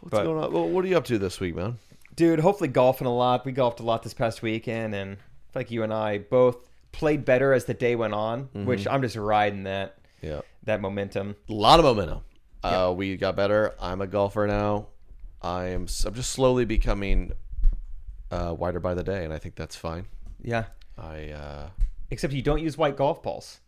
[SPEAKER 2] What's
[SPEAKER 3] But-
[SPEAKER 2] going on? Well, what are you up to this week, man?
[SPEAKER 3] dude hopefully golfing a lot we golfed a lot this past weekend and I feel like you and i both played better as the day went on which i'm just riding that
[SPEAKER 2] Yeah,
[SPEAKER 3] that momentum
[SPEAKER 2] a lot of momentum. Uh, we got better. I'm a golfer now. I'm. s- I'm just slowly becoming uh, wider by the day, and I think that's fine.
[SPEAKER 3] yeah
[SPEAKER 2] I uh
[SPEAKER 3] except you don't use white golf balls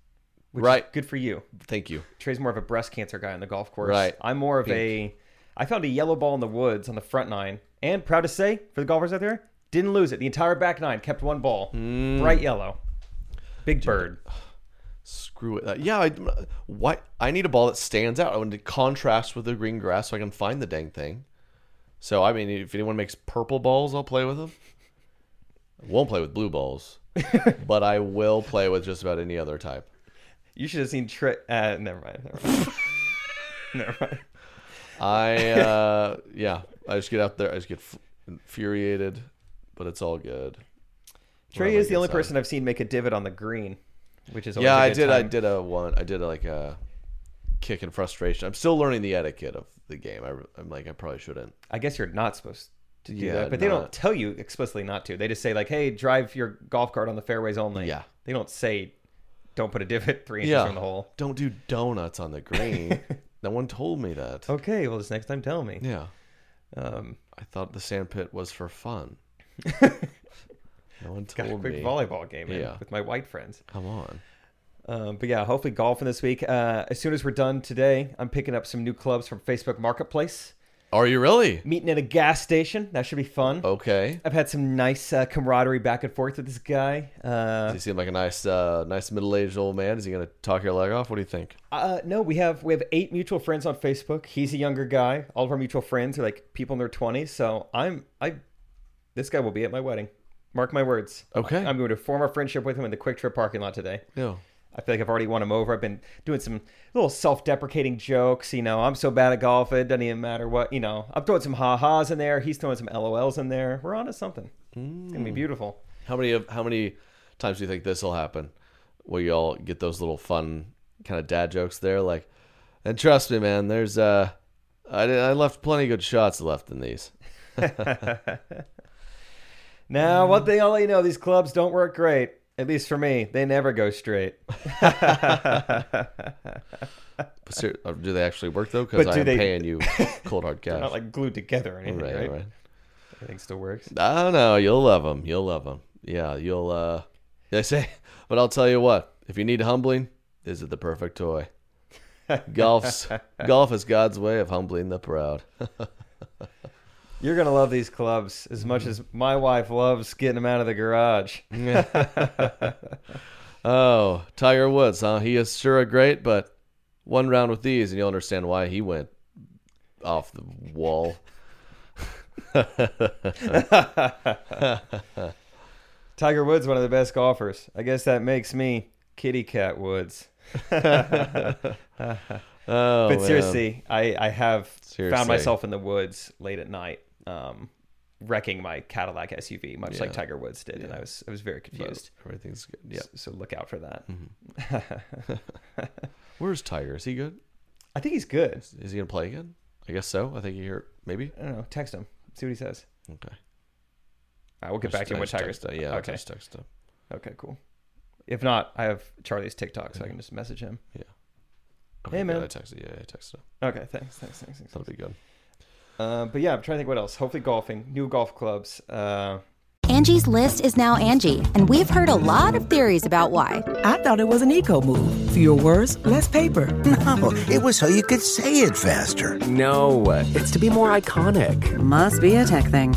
[SPEAKER 3] which is
[SPEAKER 2] Right.
[SPEAKER 3] good for you
[SPEAKER 2] thank you.
[SPEAKER 3] trey's more of a breast cancer guy on the golf course
[SPEAKER 2] Right.
[SPEAKER 3] i'm more of a i found a yellow ball in the woods on the front nine and proud to say for the golfers out there Didn't lose it. The entire back nine kept one ball. Bright yellow. Big Bird.
[SPEAKER 2] Screw it. Uh, yeah, I, why? I need a ball that stands out. I want to contrast with the green grass so I can find the dang thing. So I mean, if anyone makes purple balls, I'll play with them. I won't play with blue balls, but I will play with just about any other type.
[SPEAKER 3] You should have seen Trey. Uh, never mind. Never mind. never mind.
[SPEAKER 2] I uh, yeah, I just get out there. I just get f- infuriated, but it's all good.
[SPEAKER 3] Trey
[SPEAKER 2] Well,
[SPEAKER 3] is the
[SPEAKER 2] I
[SPEAKER 3] only
[SPEAKER 2] guess I-
[SPEAKER 3] person I've seen make a divot on the green, which is always
[SPEAKER 2] yeah,
[SPEAKER 3] I
[SPEAKER 2] I did. I did a one. I did like a kick in frustration. I'm still learning the etiquette of the game. I, am like, I probably shouldn't.
[SPEAKER 3] I guess you're not supposed to do
[SPEAKER 2] Yeah,
[SPEAKER 3] that, but they don't
[SPEAKER 2] not-
[SPEAKER 3] tell you explicitly not to. They just say like, "Hey, drive your golf cart on the fairways only."
[SPEAKER 2] Yeah.
[SPEAKER 3] They don't say, "Don't put a divot three inches
[SPEAKER 2] Yeah,
[SPEAKER 3] from the hole."
[SPEAKER 2] don't do donuts on the green. no one told me that.
[SPEAKER 3] Okay, well, this next time tell me.
[SPEAKER 2] Yeah,
[SPEAKER 3] Oh. Um,
[SPEAKER 2] I thought the sandpit was for fun. no one
[SPEAKER 3] got a
[SPEAKER 2] told
[SPEAKER 3] quick
[SPEAKER 2] me.
[SPEAKER 3] volleyball game in
[SPEAKER 2] Yeah.
[SPEAKER 3] with my white friends.
[SPEAKER 2] Come on.
[SPEAKER 3] Um, but yeah, hopefully golfing this week. Uh, as soon as we're done today, I'm picking up some new clubs from Facebook Marketplace.
[SPEAKER 2] Are you really?
[SPEAKER 3] Meeting at a gas station. That should be fun.
[SPEAKER 2] Okay.
[SPEAKER 3] I've had some nice uh, camaraderie back and forth with this guy. Uh,
[SPEAKER 2] You seem like a nice, uh, nice middle-aged old man. Is he gonna talk your leg off? What do you think?
[SPEAKER 3] uh, no, we have we have eight mutual friends on Facebook. He's a younger guy. All of our mutual friends are like people in their twenties. So I'm I, this guy will be at my wedding. Mark my words.
[SPEAKER 2] Okay.
[SPEAKER 3] I'm going to form a friendship with him in the Quick Trip parking lot today.
[SPEAKER 2] Yeah.
[SPEAKER 3] I feel like I've already won him over. I've been doing some little self-deprecating jokes. You know, I'm so bad at golf. It doesn't even matter what. You know, I'm throwing some ha-has in there. He's throwing some lol's in there. We're onto something. It's gonna be beautiful.
[SPEAKER 2] How many of how many times do you think this will happen? Will you all get those little fun kind of dad jokes there? Like, and trust me, man, there's uh, I, did- I left plenty of good shots left in these.
[SPEAKER 3] Now, one thing I'll let you know: these clubs don't work great. At least for me, they never go straight.
[SPEAKER 2] But ser- uh, do they actually work though?
[SPEAKER 3] But
[SPEAKER 2] Because I
[SPEAKER 3] do
[SPEAKER 2] am
[SPEAKER 3] they-
[SPEAKER 2] paying you cold hard cash.
[SPEAKER 3] Not like glued together or anything,
[SPEAKER 2] right,
[SPEAKER 3] right?
[SPEAKER 2] right. right.
[SPEAKER 3] Everything still works.
[SPEAKER 2] Oh no, you'll love them. You'll love them. Yeah, you'll. uh They say, but I'll tell you what: if you need humbling, this is the perfect toy. Golf's golf is God's way of humbling the proud.
[SPEAKER 3] You're gonna love these clubs as much as my wife loves getting them out of the garage.
[SPEAKER 2] Oh, Tiger Woods, huh? He is sure a great, but one round with these, and you'll understand why he went off the wall.
[SPEAKER 3] Tiger Woods, one of the best golfers. I guess that makes me Kitty Cat Woods.
[SPEAKER 2] Oh,
[SPEAKER 3] but
[SPEAKER 2] man.
[SPEAKER 3] seriously, I, I have
[SPEAKER 2] Seriously.
[SPEAKER 3] found myself in the woods late at night, um, wrecking my Cadillac SUV, much like Tiger Woods did, and I was I was very confused.
[SPEAKER 2] everything's good. Yeah,
[SPEAKER 3] So look out for that.
[SPEAKER 2] Mm-hmm. where's Tiger? Is he good?
[SPEAKER 3] I think he's good.
[SPEAKER 2] Is he gonna play again? I guess so. I think he hurt. Maybe.
[SPEAKER 3] I don't know. Text him. See what he says.
[SPEAKER 2] Okay.
[SPEAKER 3] I will get back to him
[SPEAKER 2] I
[SPEAKER 3] when
[SPEAKER 2] just
[SPEAKER 3] Tiger's
[SPEAKER 2] text him. Yeah.
[SPEAKER 3] Okay.
[SPEAKER 2] Okay. Just text him.
[SPEAKER 3] Okay. Cool. If not, I have Charlie's TikTok, so I can just message him.
[SPEAKER 2] Okay,
[SPEAKER 3] Hey,
[SPEAKER 2] good.
[SPEAKER 3] man.
[SPEAKER 2] I texted. Yeah, I texted him.
[SPEAKER 3] Okay. Thanks. Thanks. Thanks. Thanks.
[SPEAKER 2] That'll be good.
[SPEAKER 3] Uh, but yeah, I'm trying to think what else. Hopefully, golfing, new golf clubs. Uh,
[SPEAKER 5] Angie's list is now Angie, and we've heard a lot of theories about why.
[SPEAKER 6] I thought it was an eco move. Fewer words, less paper.
[SPEAKER 7] No, it was so you could say it faster.
[SPEAKER 8] No, it's to be more iconic.
[SPEAKER 4] Must be a tech thing.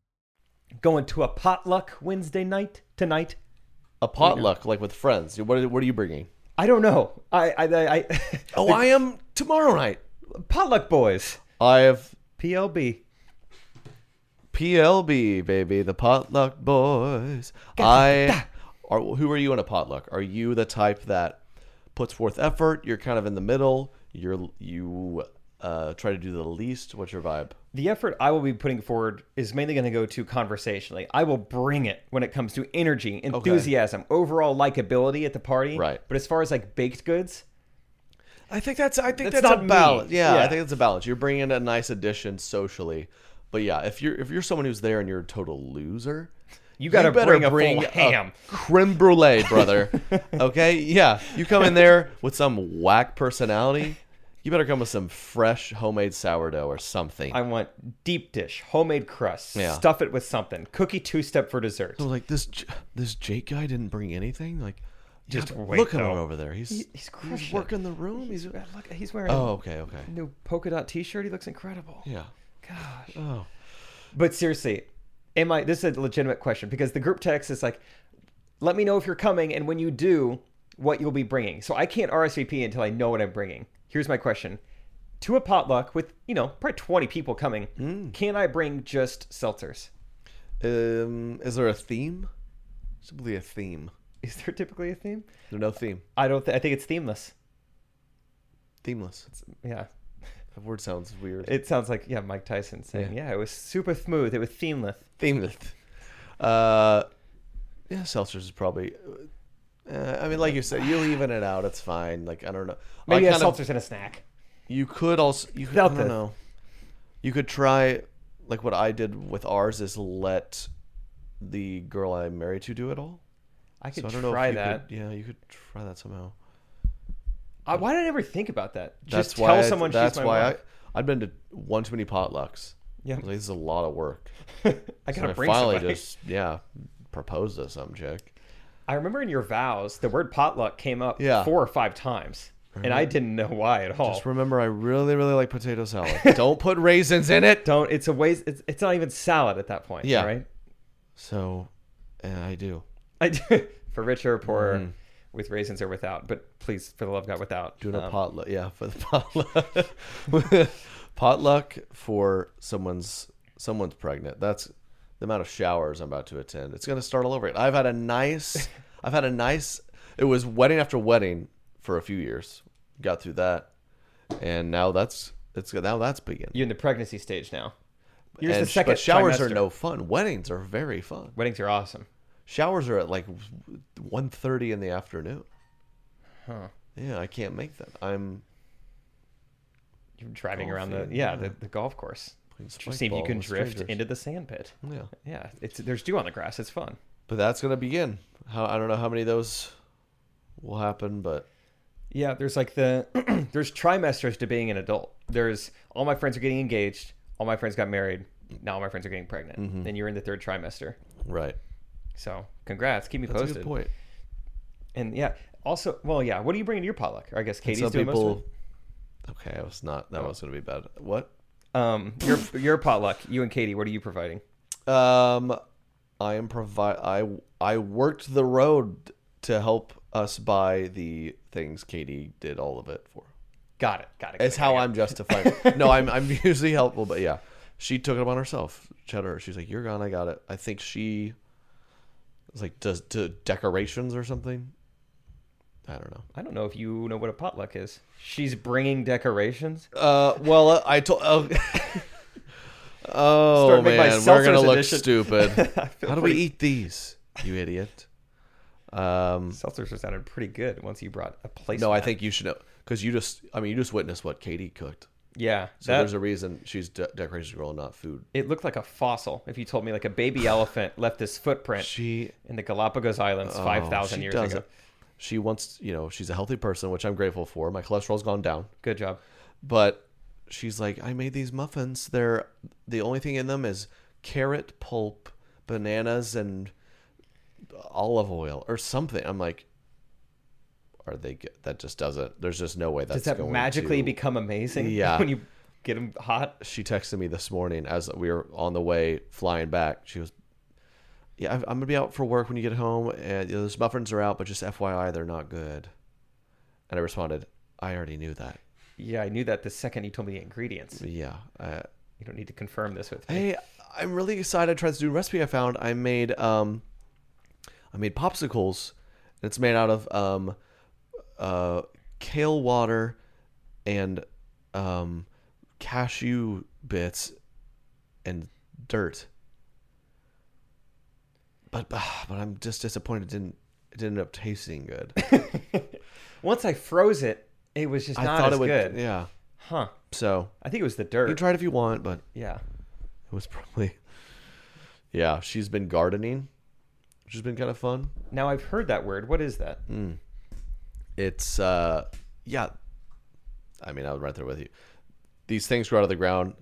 [SPEAKER 3] Going to a potluck Wednesday night tonight.
[SPEAKER 2] A potluck, like with friends. What are, what are you bringing?
[SPEAKER 3] I don't know. I I, I, I
[SPEAKER 2] Oh, I am tomorrow night.
[SPEAKER 3] potluck boys.
[SPEAKER 2] I have
[SPEAKER 3] PLB.
[SPEAKER 2] PLB, baby, the potluck boys. I are who are you in a potluck? Are you the type that puts forth effort? You're kind of in the middle. You're you uh, try to do the least. What's your vibe?
[SPEAKER 3] The effort I will be putting forward is mainly going to go to conversationally. I will bring it when it comes to energy, enthusiasm, overall likability at the party.
[SPEAKER 2] Right.
[SPEAKER 3] But as far as like baked goods,
[SPEAKER 2] I think that's I think
[SPEAKER 3] That's
[SPEAKER 2] that's,
[SPEAKER 3] not
[SPEAKER 2] a
[SPEAKER 3] me.
[SPEAKER 2] balance. Yeah,
[SPEAKER 3] Yeah.
[SPEAKER 2] I think it's a balance. You're bringing a nice addition socially, but yeah, if you're if you're someone who's there and you're a total loser,
[SPEAKER 3] you got to
[SPEAKER 2] better
[SPEAKER 3] bring, a full ham.
[SPEAKER 2] creme brulee, brother. okay, yeah, you come in there with some whack personality. You better come with some fresh homemade sourdough or something.
[SPEAKER 3] I want deep dish, homemade crust.
[SPEAKER 2] Yeah.
[SPEAKER 3] Stuff it with something. Cookie two step for dessert.
[SPEAKER 2] So like this J- this Jake guy didn't bring anything. Like,
[SPEAKER 3] Just
[SPEAKER 2] yeah, but
[SPEAKER 3] wait,
[SPEAKER 2] look at him
[SPEAKER 3] though.
[SPEAKER 2] over there. He's
[SPEAKER 3] he's
[SPEAKER 2] he's,
[SPEAKER 3] crushing it.
[SPEAKER 2] working the room. He's
[SPEAKER 3] Look, he's wearing
[SPEAKER 2] oh okay okay
[SPEAKER 3] a new polka dot t shirt. He looks incredible.
[SPEAKER 2] yeah.
[SPEAKER 3] Gosh.
[SPEAKER 2] Oh.
[SPEAKER 3] But seriously, am I? This is a legitimate question because the group text is like, let me know if you're coming and when you do, what you'll be bringing. So I can't RSVP until I know what I'm bringing. Here's my question to a potluck with, you know, probably 20 people coming, can I bring just seltzers?
[SPEAKER 2] Um, is there a theme? Simply a theme.
[SPEAKER 3] Is there typically a theme?
[SPEAKER 2] There's no theme.
[SPEAKER 3] I don't. Th- I think it's themeless.
[SPEAKER 2] Themeless.
[SPEAKER 3] Yeah,
[SPEAKER 2] That word sounds weird.
[SPEAKER 3] it sounds like yeah, Mike Tyson saying yeah, it was super smooth. It was themeless.
[SPEAKER 2] themeless. Uh, yeah, seltzers is probably. Uh, I mean, like you said, you even it out. It's fine. Like I don't know.
[SPEAKER 3] Maybe
[SPEAKER 2] I
[SPEAKER 3] a
[SPEAKER 2] kind of-
[SPEAKER 3] seltzers and a snack.
[SPEAKER 2] You could also. You could, I
[SPEAKER 3] Felt
[SPEAKER 2] don't
[SPEAKER 3] it.
[SPEAKER 2] know. You could try, like what I did with ours is let the girl I'm married to do it all.
[SPEAKER 3] I could
[SPEAKER 2] So I don't know
[SPEAKER 3] try
[SPEAKER 2] if you
[SPEAKER 3] that.
[SPEAKER 2] Could, yeah, you could try that somehow.
[SPEAKER 3] I, why did I never think about that?
[SPEAKER 2] That's
[SPEAKER 3] Just
[SPEAKER 2] why.
[SPEAKER 3] tell
[SPEAKER 2] I-
[SPEAKER 3] someone
[SPEAKER 2] that's
[SPEAKER 3] she's my
[SPEAKER 2] why
[SPEAKER 3] wife.
[SPEAKER 2] I. I've been to one too many potlucks.
[SPEAKER 3] Yeah.
[SPEAKER 2] I was like, this is a lot of work.
[SPEAKER 3] I
[SPEAKER 2] And
[SPEAKER 3] gotta
[SPEAKER 2] I
[SPEAKER 3] bring
[SPEAKER 2] finally
[SPEAKER 3] somebody.
[SPEAKER 2] just yeah proposed to some chick.
[SPEAKER 3] I remember in your vows, the word potluck came up
[SPEAKER 2] Yeah.
[SPEAKER 3] four or five times, and I didn't know why at all.
[SPEAKER 2] Just remember, I really, really like potato salad. Don't put raisins in it.
[SPEAKER 3] Don't. It's a waste. It's, it's not even salad at that point.
[SPEAKER 2] Yeah.
[SPEAKER 3] Right.
[SPEAKER 2] So, and I do.
[SPEAKER 3] I do, for richer or poorer,
[SPEAKER 2] Mm-hmm.
[SPEAKER 3] with raisins or without. But please, for the love of God, without.
[SPEAKER 2] Doing a
[SPEAKER 3] Um,
[SPEAKER 2] potluck. Yeah, for the potluck. potluck for someone's someone's pregnant. That's the amount of showers I'm about to attend. It's gonna start all over again. I've had a nice I've had a nice it was wedding after wedding for a few years. Got through that. And now that's it's now that's beginning.
[SPEAKER 3] You're in the pregnancy stage now. Here's
[SPEAKER 2] and,
[SPEAKER 3] the second.
[SPEAKER 2] but showers
[SPEAKER 3] trimester.
[SPEAKER 2] are no fun. Weddings are very fun.
[SPEAKER 3] Weddings are awesome.
[SPEAKER 2] Showers are at like 1.30 in the afternoon. Huh. Yeah, I can't make that. I'm
[SPEAKER 3] You're driving around the
[SPEAKER 2] Golfing,
[SPEAKER 3] yeah, The, the golf course.
[SPEAKER 2] spike
[SPEAKER 3] See if you
[SPEAKER 2] ball
[SPEAKER 3] can
[SPEAKER 2] with
[SPEAKER 3] drift
[SPEAKER 2] strangers.
[SPEAKER 3] into the sand pit.
[SPEAKER 2] yeah.
[SPEAKER 3] Yeah, it's there's dew on the grass. It's fun.
[SPEAKER 2] But that's gonna begin. How I don't know how many of those will happen, but
[SPEAKER 3] Yeah, there's like the there's trimesters to being an adult. There's all my friends are getting engaged, all my friends got married, now all my friends are getting pregnant, and you're in the third trimester.
[SPEAKER 2] right.
[SPEAKER 3] So congrats, keep me
[SPEAKER 2] That's
[SPEAKER 3] posted.
[SPEAKER 2] a good point.
[SPEAKER 3] And yeah, also, well, yeah, what are you bringing to your potluck? Or I guess Katie's
[SPEAKER 2] Some
[SPEAKER 3] doing Oh. most
[SPEAKER 2] people.
[SPEAKER 3] of
[SPEAKER 2] Okay, I was not. That was gonna be bad. What?
[SPEAKER 3] it. Um, your your potluck, you and Katie, what are you providing?
[SPEAKER 2] Um, I am provide. I I worked the road to help us buy the things Katie did all of it for.
[SPEAKER 3] Got it, got it. got
[SPEAKER 2] It's
[SPEAKER 3] it,
[SPEAKER 2] how
[SPEAKER 3] got it.
[SPEAKER 2] I'm justifying. no, I'm I'm usually helpful, but yeah, she took it upon herself. Cheddar, she's like, "You're gone, I got it." I think she was like, "Does to decorations or something?" I don't know.
[SPEAKER 3] I don't know if you know what a potluck is. She's bringing decorations.
[SPEAKER 2] Uh, well, uh, I told. Oh, Oh,
[SPEAKER 3] Start making my
[SPEAKER 2] man, we're gonna
[SPEAKER 3] seltzers
[SPEAKER 2] look
[SPEAKER 3] edition.
[SPEAKER 2] stupid. How do we eat these, you idiot? Um,
[SPEAKER 3] Seltzers sounded pretty good once you brought a place.
[SPEAKER 2] no, I think you should know because you just. I mean, you just witnessed what Katie cooked.
[SPEAKER 3] yeah.
[SPEAKER 2] So
[SPEAKER 3] that-
[SPEAKER 2] there's a reason she's de- decorations girl, not food.
[SPEAKER 3] it looked like a fossil. If you told me like a baby elephant left this footprint
[SPEAKER 2] She
[SPEAKER 3] in the Galapagos Islands
[SPEAKER 2] Oh,
[SPEAKER 3] five thousand
[SPEAKER 2] she
[SPEAKER 3] years
[SPEAKER 2] does
[SPEAKER 3] ago.
[SPEAKER 2] it. She wants, you know, she's a healthy person, which I'm grateful for. My cholesterol's gone down,
[SPEAKER 3] Good job.
[SPEAKER 2] but she's like, I made these muffins. They're the only thing in them is carrot pulp, bananas, and olive oil or something. I'm like, are they? g- That just doesn't. There's just no way that's
[SPEAKER 3] Does that
[SPEAKER 2] going
[SPEAKER 3] magically
[SPEAKER 2] to-
[SPEAKER 3] become amazing?
[SPEAKER 2] Yeah.
[SPEAKER 3] When you get them hot?
[SPEAKER 2] she texted me this morning as we were on the way flying back. She was, "Yeah, I'm I'm gonna be out for work when you get home, and you know, those muffins are out, but just FYI, they're not good." And I responded, "I already knew that.
[SPEAKER 3] Yeah, I knew that the second you told me the ingredients.
[SPEAKER 2] Yeah, uh,
[SPEAKER 3] You don't need to confirm this with me.
[SPEAKER 2] hey, I'm really excited. I tried this new recipe I found. I made um, I made popsicles. and It's made out of um, uh, kale water and um, cashew bits and dirt. But but I'm just disappointed. It didn't it didn't end up tasting good.
[SPEAKER 3] Once I froze it, it was just
[SPEAKER 2] I
[SPEAKER 3] not
[SPEAKER 2] thought
[SPEAKER 3] as
[SPEAKER 2] it would.
[SPEAKER 3] good.
[SPEAKER 2] Yeah.
[SPEAKER 3] Huh.
[SPEAKER 2] So
[SPEAKER 3] I think it was the
[SPEAKER 2] you can
[SPEAKER 3] dirt.
[SPEAKER 2] try it if you want, but
[SPEAKER 3] yeah.
[SPEAKER 2] It was probably. Yeah, she's been gardening, which has been kind of fun.
[SPEAKER 3] Now I've heard that word. What is that?
[SPEAKER 2] Mm. It's uh, yeah. I mean, I was right there with you. These things grow out of the ground,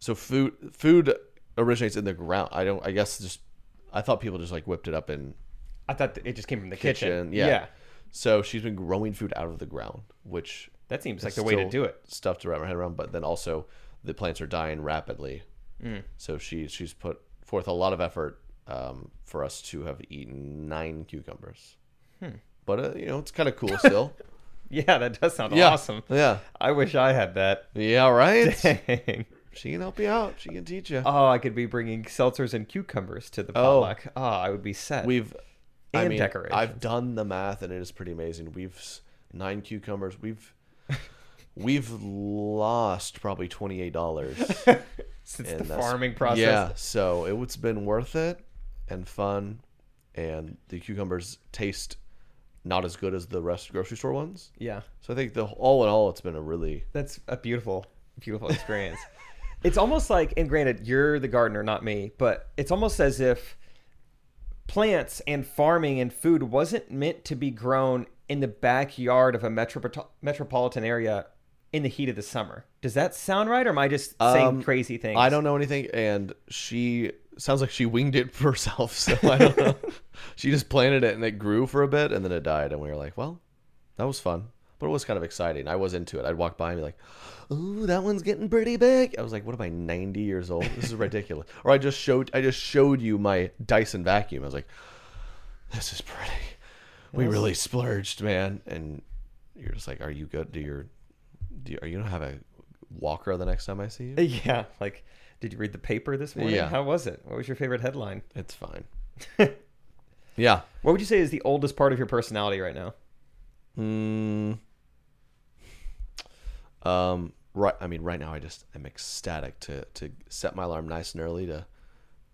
[SPEAKER 2] so food food originates in the ground. I don't. I guess just. I thought people just like whipped it up in
[SPEAKER 3] I thought th- it just came from the kitchen.
[SPEAKER 2] kitchen. Yeah. So she's been growing food out of the ground, which
[SPEAKER 3] That seems like
[SPEAKER 2] is
[SPEAKER 3] the way to
[SPEAKER 2] still
[SPEAKER 3] do it.
[SPEAKER 2] Stuff to wrap my head around, but then also the plants are dying rapidly.
[SPEAKER 3] Hmm.
[SPEAKER 2] So she she's put forth a lot of effort um, for us to have eaten nine cucumbers.
[SPEAKER 3] Hmm.
[SPEAKER 2] But uh, you know it's kind of cool still.
[SPEAKER 3] Yeah, that does sound
[SPEAKER 2] yeah.
[SPEAKER 3] awesome.
[SPEAKER 2] Yeah.
[SPEAKER 3] I wish I had that.
[SPEAKER 2] Yeah. Right.
[SPEAKER 3] Dang.
[SPEAKER 2] she can help you out. She can teach you.
[SPEAKER 3] Oh, I could be bringing seltzers and cucumbers to the
[SPEAKER 2] Oh.
[SPEAKER 3] potluck. Oh, I would be set.
[SPEAKER 2] We've I
[SPEAKER 3] And
[SPEAKER 2] mean,
[SPEAKER 3] decorations.
[SPEAKER 2] I've done the math, and it is pretty amazing. We've s- nine cucumbers. We've we've lost probably twenty eight dollars.
[SPEAKER 3] since the farming process.
[SPEAKER 2] Yeah, so it was been worth it and fun, and the cucumbers taste not as good as the rest of grocery store ones.
[SPEAKER 3] Yeah.
[SPEAKER 2] So I think the all in all, it's been a really
[SPEAKER 3] That's a beautiful, beautiful experience. it's almost like, and granted, you're the gardener, not me, but it's almost as if plants and farming and food wasn't meant to be grown in the backyard of a metropo- metropolitan area in the heat of the summer. Does that sound right, or am I just saying
[SPEAKER 2] Um,
[SPEAKER 3] crazy things?
[SPEAKER 2] I don't know anything, and she sounds like she winged it for herself. So I don't know. she just planted it, and it grew for a bit, and then it died. And we were like, "Well, that was fun, but it was kind of exciting." I was into it. I'd walk by and be like, "Ooh, that one's getting pretty big." I was like, "What am I, ninety years old? This is ridiculous." or I just showed, I just showed you my Dyson vacuum. I was like, "This is pretty. We really splurged, man." And you're just like, "Are you good? Do your, do you, are you gonna have a walker the next time I see you?"
[SPEAKER 3] Yeah, like, did you read the paper this morning?
[SPEAKER 2] Yeah.
[SPEAKER 3] How was it? What was your favorite headline?
[SPEAKER 2] It's fine. yeah.
[SPEAKER 3] What would you say is the oldest part of your personality right now?
[SPEAKER 2] Mm. Um. Right. I mean, right now, I just am ecstatic to to set my alarm nice and early to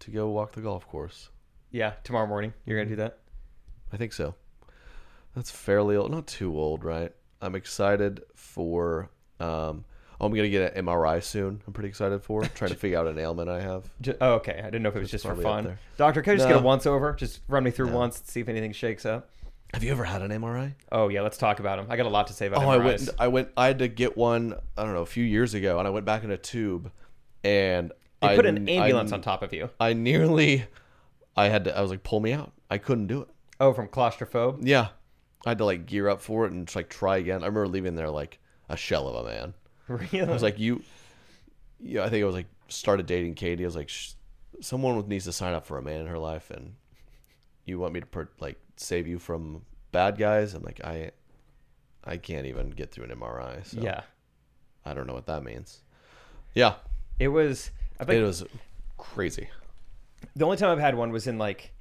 [SPEAKER 2] to go walk the golf course.
[SPEAKER 3] Yeah, tomorrow morning you're gonna do that.
[SPEAKER 2] I think so. That's fairly old. Not too old, right? I'm excited for. Um. Oh, I'm gonna get an MRI soon. I'm pretty excited for trying to figure out an ailment I have.
[SPEAKER 3] Ju- oh, okay. I didn't know if it was just for
[SPEAKER 2] probably up
[SPEAKER 3] fun.
[SPEAKER 2] there.
[SPEAKER 3] Doctor, can I just get a
[SPEAKER 2] No.
[SPEAKER 3] once over? Just run me through once, see if anything shakes up.
[SPEAKER 2] Have you ever had an MRI?
[SPEAKER 3] Oh yeah, let's talk about them. I got a lot to say about.
[SPEAKER 2] Oh, I went.
[SPEAKER 3] MRIs.
[SPEAKER 2] I went. I had to get one. I don't know, a few years ago, and I went back in a tube, and
[SPEAKER 3] They
[SPEAKER 2] I
[SPEAKER 3] put an
[SPEAKER 2] I-
[SPEAKER 3] ambulance on top of you.
[SPEAKER 2] I nearly. I had to. I was like, pull me out. I couldn't do it.
[SPEAKER 3] Oh, from claustrophobe.
[SPEAKER 2] Yeah, I had to like gear up for it and just, like try again. I remember leaving there like a shell of a man.
[SPEAKER 3] Really?
[SPEAKER 2] I was like, you. Yeah, I think I was like started dating Katie. I was like, Sh- someone needs to sign up for a man in her life, and you want me to per- like save you from bad guys? I'm like, I, I can't even get through an MRI. So.
[SPEAKER 3] yeah.
[SPEAKER 2] I don't know what that means. Yeah,
[SPEAKER 3] It was. I think
[SPEAKER 2] it was crazy.
[SPEAKER 3] the only time I've had one was in like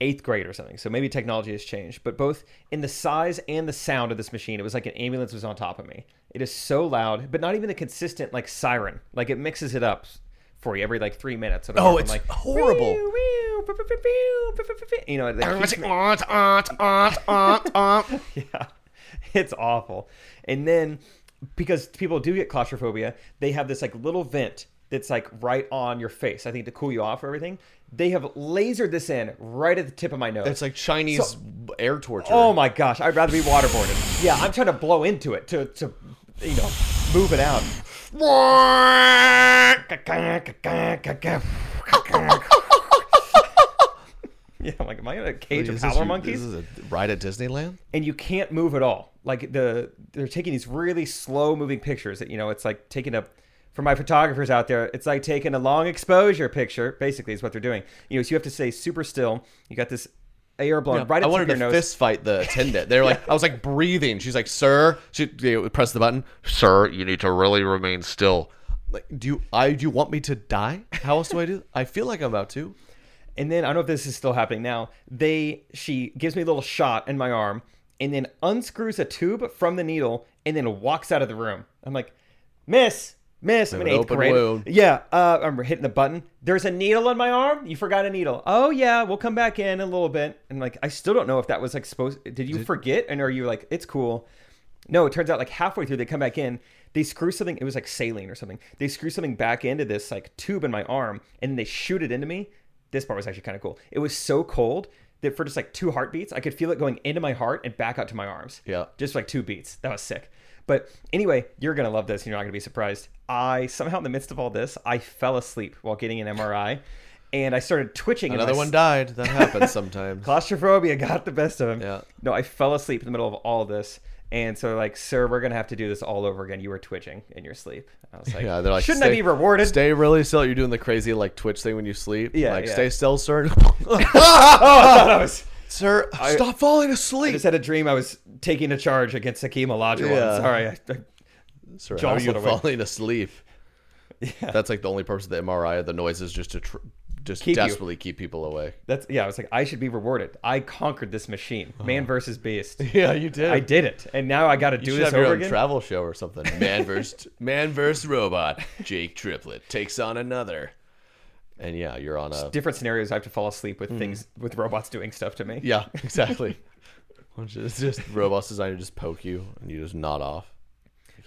[SPEAKER 3] eighth grade or something. So maybe technology has changed, but both in the size and the sound of this machine, it was like an ambulance was on top of me. It is so loud, but not even a consistent like siren. Like it mixes it up for you every like three minutes. So
[SPEAKER 2] Oh,
[SPEAKER 3] I'm
[SPEAKER 2] it's
[SPEAKER 3] like,
[SPEAKER 2] horrible.
[SPEAKER 3] "Whew, whew, pew, pew, pew, pew, pew, pew, pew," You know, it keeps me- yeah, it's awful. And then because people do get claustrophobia, they have this like little vent that's like right on your face. I think to cool you off or everything. They have lasered this in right at the tip of my nose.
[SPEAKER 2] It's like Chinese air torture.
[SPEAKER 3] um, oh my gosh, I'd rather be waterboarded. Yeah, I'm trying to blow into it to to you know moving out. yeah, I'm like, am I in a cage of
[SPEAKER 2] Is
[SPEAKER 3] howler
[SPEAKER 2] this your-
[SPEAKER 3] monkeys?
[SPEAKER 2] This is a ride at Disneyland.
[SPEAKER 3] and you can't move at all. Like the they're taking these really slow moving pictures that you know it's like taking a for my photographers out there, it's like taking a long exposure picture. Basically, is what they're doing. You know, so you have to stay super still. You got this air blown right
[SPEAKER 2] I
[SPEAKER 3] up to
[SPEAKER 2] wanted
[SPEAKER 3] your
[SPEAKER 2] to
[SPEAKER 3] nose.
[SPEAKER 2] fist fight the attendant. They're like, I was like breathing. She's like, "Sir," she you know, press the button. Sir, you need to really remain still. Like, do you? I do you want me to die? How else do I do? I feel like I'm about to.
[SPEAKER 3] And then I don't know if this is still happening now. They she gives me a little shot in my arm and then unscrews a tube from the needle and then walks out of the room. I'm like, Miss, Miss, I'm in
[SPEAKER 2] An
[SPEAKER 3] eighth
[SPEAKER 2] open
[SPEAKER 3] grade.
[SPEAKER 2] wound.
[SPEAKER 3] Yeah, uh, I'm hitting the button. There's a needle on my arm. You forgot a needle. Oh yeah, we'll come back in a little bit. And like, I still don't know if that was like supposed. Did you forget? And are you like, it's cool? No, it turns out like halfway through they come back in, they screw something. It was like saline or something. They screw something back into this like tube in my arm, and then they shoot it into me. This part was actually kind of cool. It was so cold that for just like two heartbeats, I could feel it going into my heart and back out to my arms.
[SPEAKER 2] Yeah.
[SPEAKER 3] just like two beats. That was sick. But anyway, you're gonna love this. and You're not gonna be surprised. I somehow in the midst of all this, I fell asleep while getting an MRI, and I started twitching. in
[SPEAKER 2] Another
[SPEAKER 3] my
[SPEAKER 2] one died. That happens sometimes.
[SPEAKER 3] claustrophobia got the best of him.
[SPEAKER 2] Yeah.
[SPEAKER 3] No, I fell asleep in the middle of all this. And so, like, sir, we're gonna have to do this all over again. You were twitching in your sleep. I was like,
[SPEAKER 2] Yeah, they're like,
[SPEAKER 3] shouldn't I
[SPEAKER 2] "Stay-
[SPEAKER 3] be rewarded?
[SPEAKER 2] Stay really still. You're doing the crazy like twitch thing when you sleep.
[SPEAKER 3] Yeah,
[SPEAKER 2] like
[SPEAKER 3] yeah.
[SPEAKER 2] stay still, sir.
[SPEAKER 3] Oh, I thought I was.
[SPEAKER 2] sir, stop falling asleep.
[SPEAKER 3] Just had a dream. I was taking a charge against Hakeem Olajuwon.
[SPEAKER 2] Yeah.
[SPEAKER 3] Sorry, I, I-
[SPEAKER 2] sir, how are
[SPEAKER 3] jostled
[SPEAKER 2] you
[SPEAKER 3] awake.
[SPEAKER 2] falling asleep? That's like the only purpose of the MRI. The noise is just to tr- just
[SPEAKER 3] Keep you.
[SPEAKER 2] desperately keep people away.
[SPEAKER 3] that's yeah. I was like, I should be rewarded. I conquered this machine, man versus beast.
[SPEAKER 2] Yeah, you did.
[SPEAKER 3] I did it, and now I got to
[SPEAKER 2] Uh-huh. You
[SPEAKER 3] do
[SPEAKER 2] should
[SPEAKER 3] this
[SPEAKER 2] have your
[SPEAKER 3] over
[SPEAKER 2] own
[SPEAKER 3] again.
[SPEAKER 2] travel show or something. Man versus man versus robot. Jake Triplett takes on another. And yeah, you're on a
[SPEAKER 3] Different scenarios. I have to fall asleep
[SPEAKER 2] Hmm.
[SPEAKER 3] with things with robots doing stuff to me.
[SPEAKER 2] yeah, exactly. Which is just robots designed to just poke you and you just nod off. Like,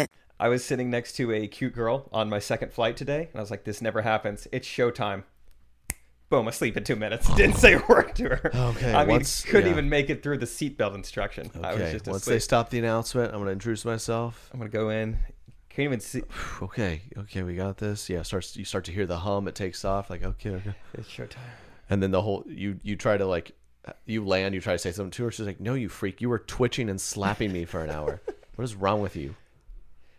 [SPEAKER 3] I was sitting next to a cute girl on my second flight today, and I was like, "This never happens. It's showtime." Boom! Asleep in two minutes. Didn't say a word to her.
[SPEAKER 2] Okay,
[SPEAKER 3] I mean,
[SPEAKER 2] once-
[SPEAKER 3] couldn't
[SPEAKER 2] yeah.
[SPEAKER 3] even make it through the seatbelt instruction. I was
[SPEAKER 2] Okay.
[SPEAKER 3] just
[SPEAKER 2] Once
[SPEAKER 3] asleep.
[SPEAKER 2] they stop the announcement, I'm gonna introduce myself.
[SPEAKER 3] I'm gonna go in. Can't even see.
[SPEAKER 2] Okay, okay, we got this. Yeah, starts you start to hear the hum, it takes off, like okay, okay.
[SPEAKER 3] It's showtime.
[SPEAKER 2] And then the whole you you try to like you land, you try to say something to her. She's like, "No, you freak! You were twitching and slapping me for an hour. what is wrong with you?"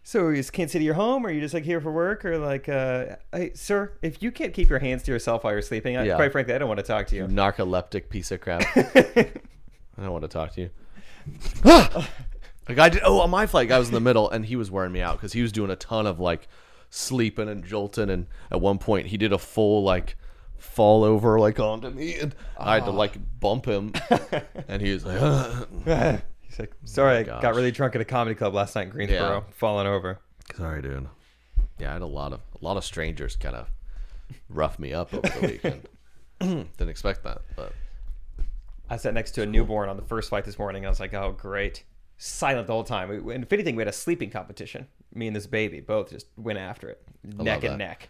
[SPEAKER 3] So is Kansas City your home, or are you just like here for work, or like, uh, hey, sir, if you can't keep your hands to yourself while you're sleeping, I,
[SPEAKER 2] Yeah.
[SPEAKER 3] quite frankly, I don't want to talk to you.
[SPEAKER 2] Narcoleptic piece of crap. I don't want to talk to you. Ah! a guy did. Oh, on my flight, guy was in the middle, and he was wearing me out because he was doing a ton of like sleeping and jolting, and at one point he did a full like fall over like onto me, and I had to like bump him, and he was like,
[SPEAKER 3] He's like, sorry, I
[SPEAKER 2] Oh gosh.
[SPEAKER 3] got really drunk at a comedy club last night in Greensboro, falling over.
[SPEAKER 2] Sorry, dude. Yeah, I had a lot of a lot of strangers kind of rough me up over the weekend. Didn't expect that, but
[SPEAKER 3] I sat next to a newborn on the first flight this morning. I was like, oh, great. silent the whole time. We- And if anything, we had a sleeping competition. Me and this baby both just went after it, neck and
[SPEAKER 2] that.
[SPEAKER 3] neck.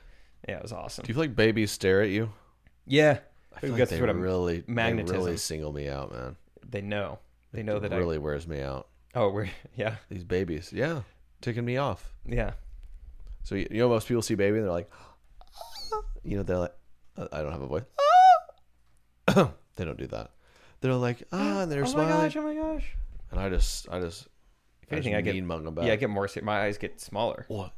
[SPEAKER 3] Yeah, it was awesome.
[SPEAKER 2] Do you feel like babies stare at you?
[SPEAKER 3] yeah,
[SPEAKER 2] I
[SPEAKER 3] we
[SPEAKER 2] feel
[SPEAKER 3] got
[SPEAKER 2] like they
[SPEAKER 3] sort of
[SPEAKER 2] really, magnetism.
[SPEAKER 3] magnetism.
[SPEAKER 2] really single me out, man.
[SPEAKER 3] They know. They know
[SPEAKER 2] It
[SPEAKER 3] that
[SPEAKER 2] really wears me out.
[SPEAKER 3] I. Oh, we're yeah,
[SPEAKER 2] These babies, yeah, ticking me off.
[SPEAKER 3] yeah.
[SPEAKER 2] So you, you know, most people see baby and they're like, you know, they're like, "Uh, I don't have a voice. they don't do that. They're like, ah, and they're
[SPEAKER 3] Oh my
[SPEAKER 2] smiling,
[SPEAKER 3] gosh! Oh my gosh!
[SPEAKER 2] and I just, I just,
[SPEAKER 3] If anything, I
[SPEAKER 2] just
[SPEAKER 3] get
[SPEAKER 2] mean mug 'em back.
[SPEAKER 3] Yeah, I get more. ser- My eyes get smaller.
[SPEAKER 2] what?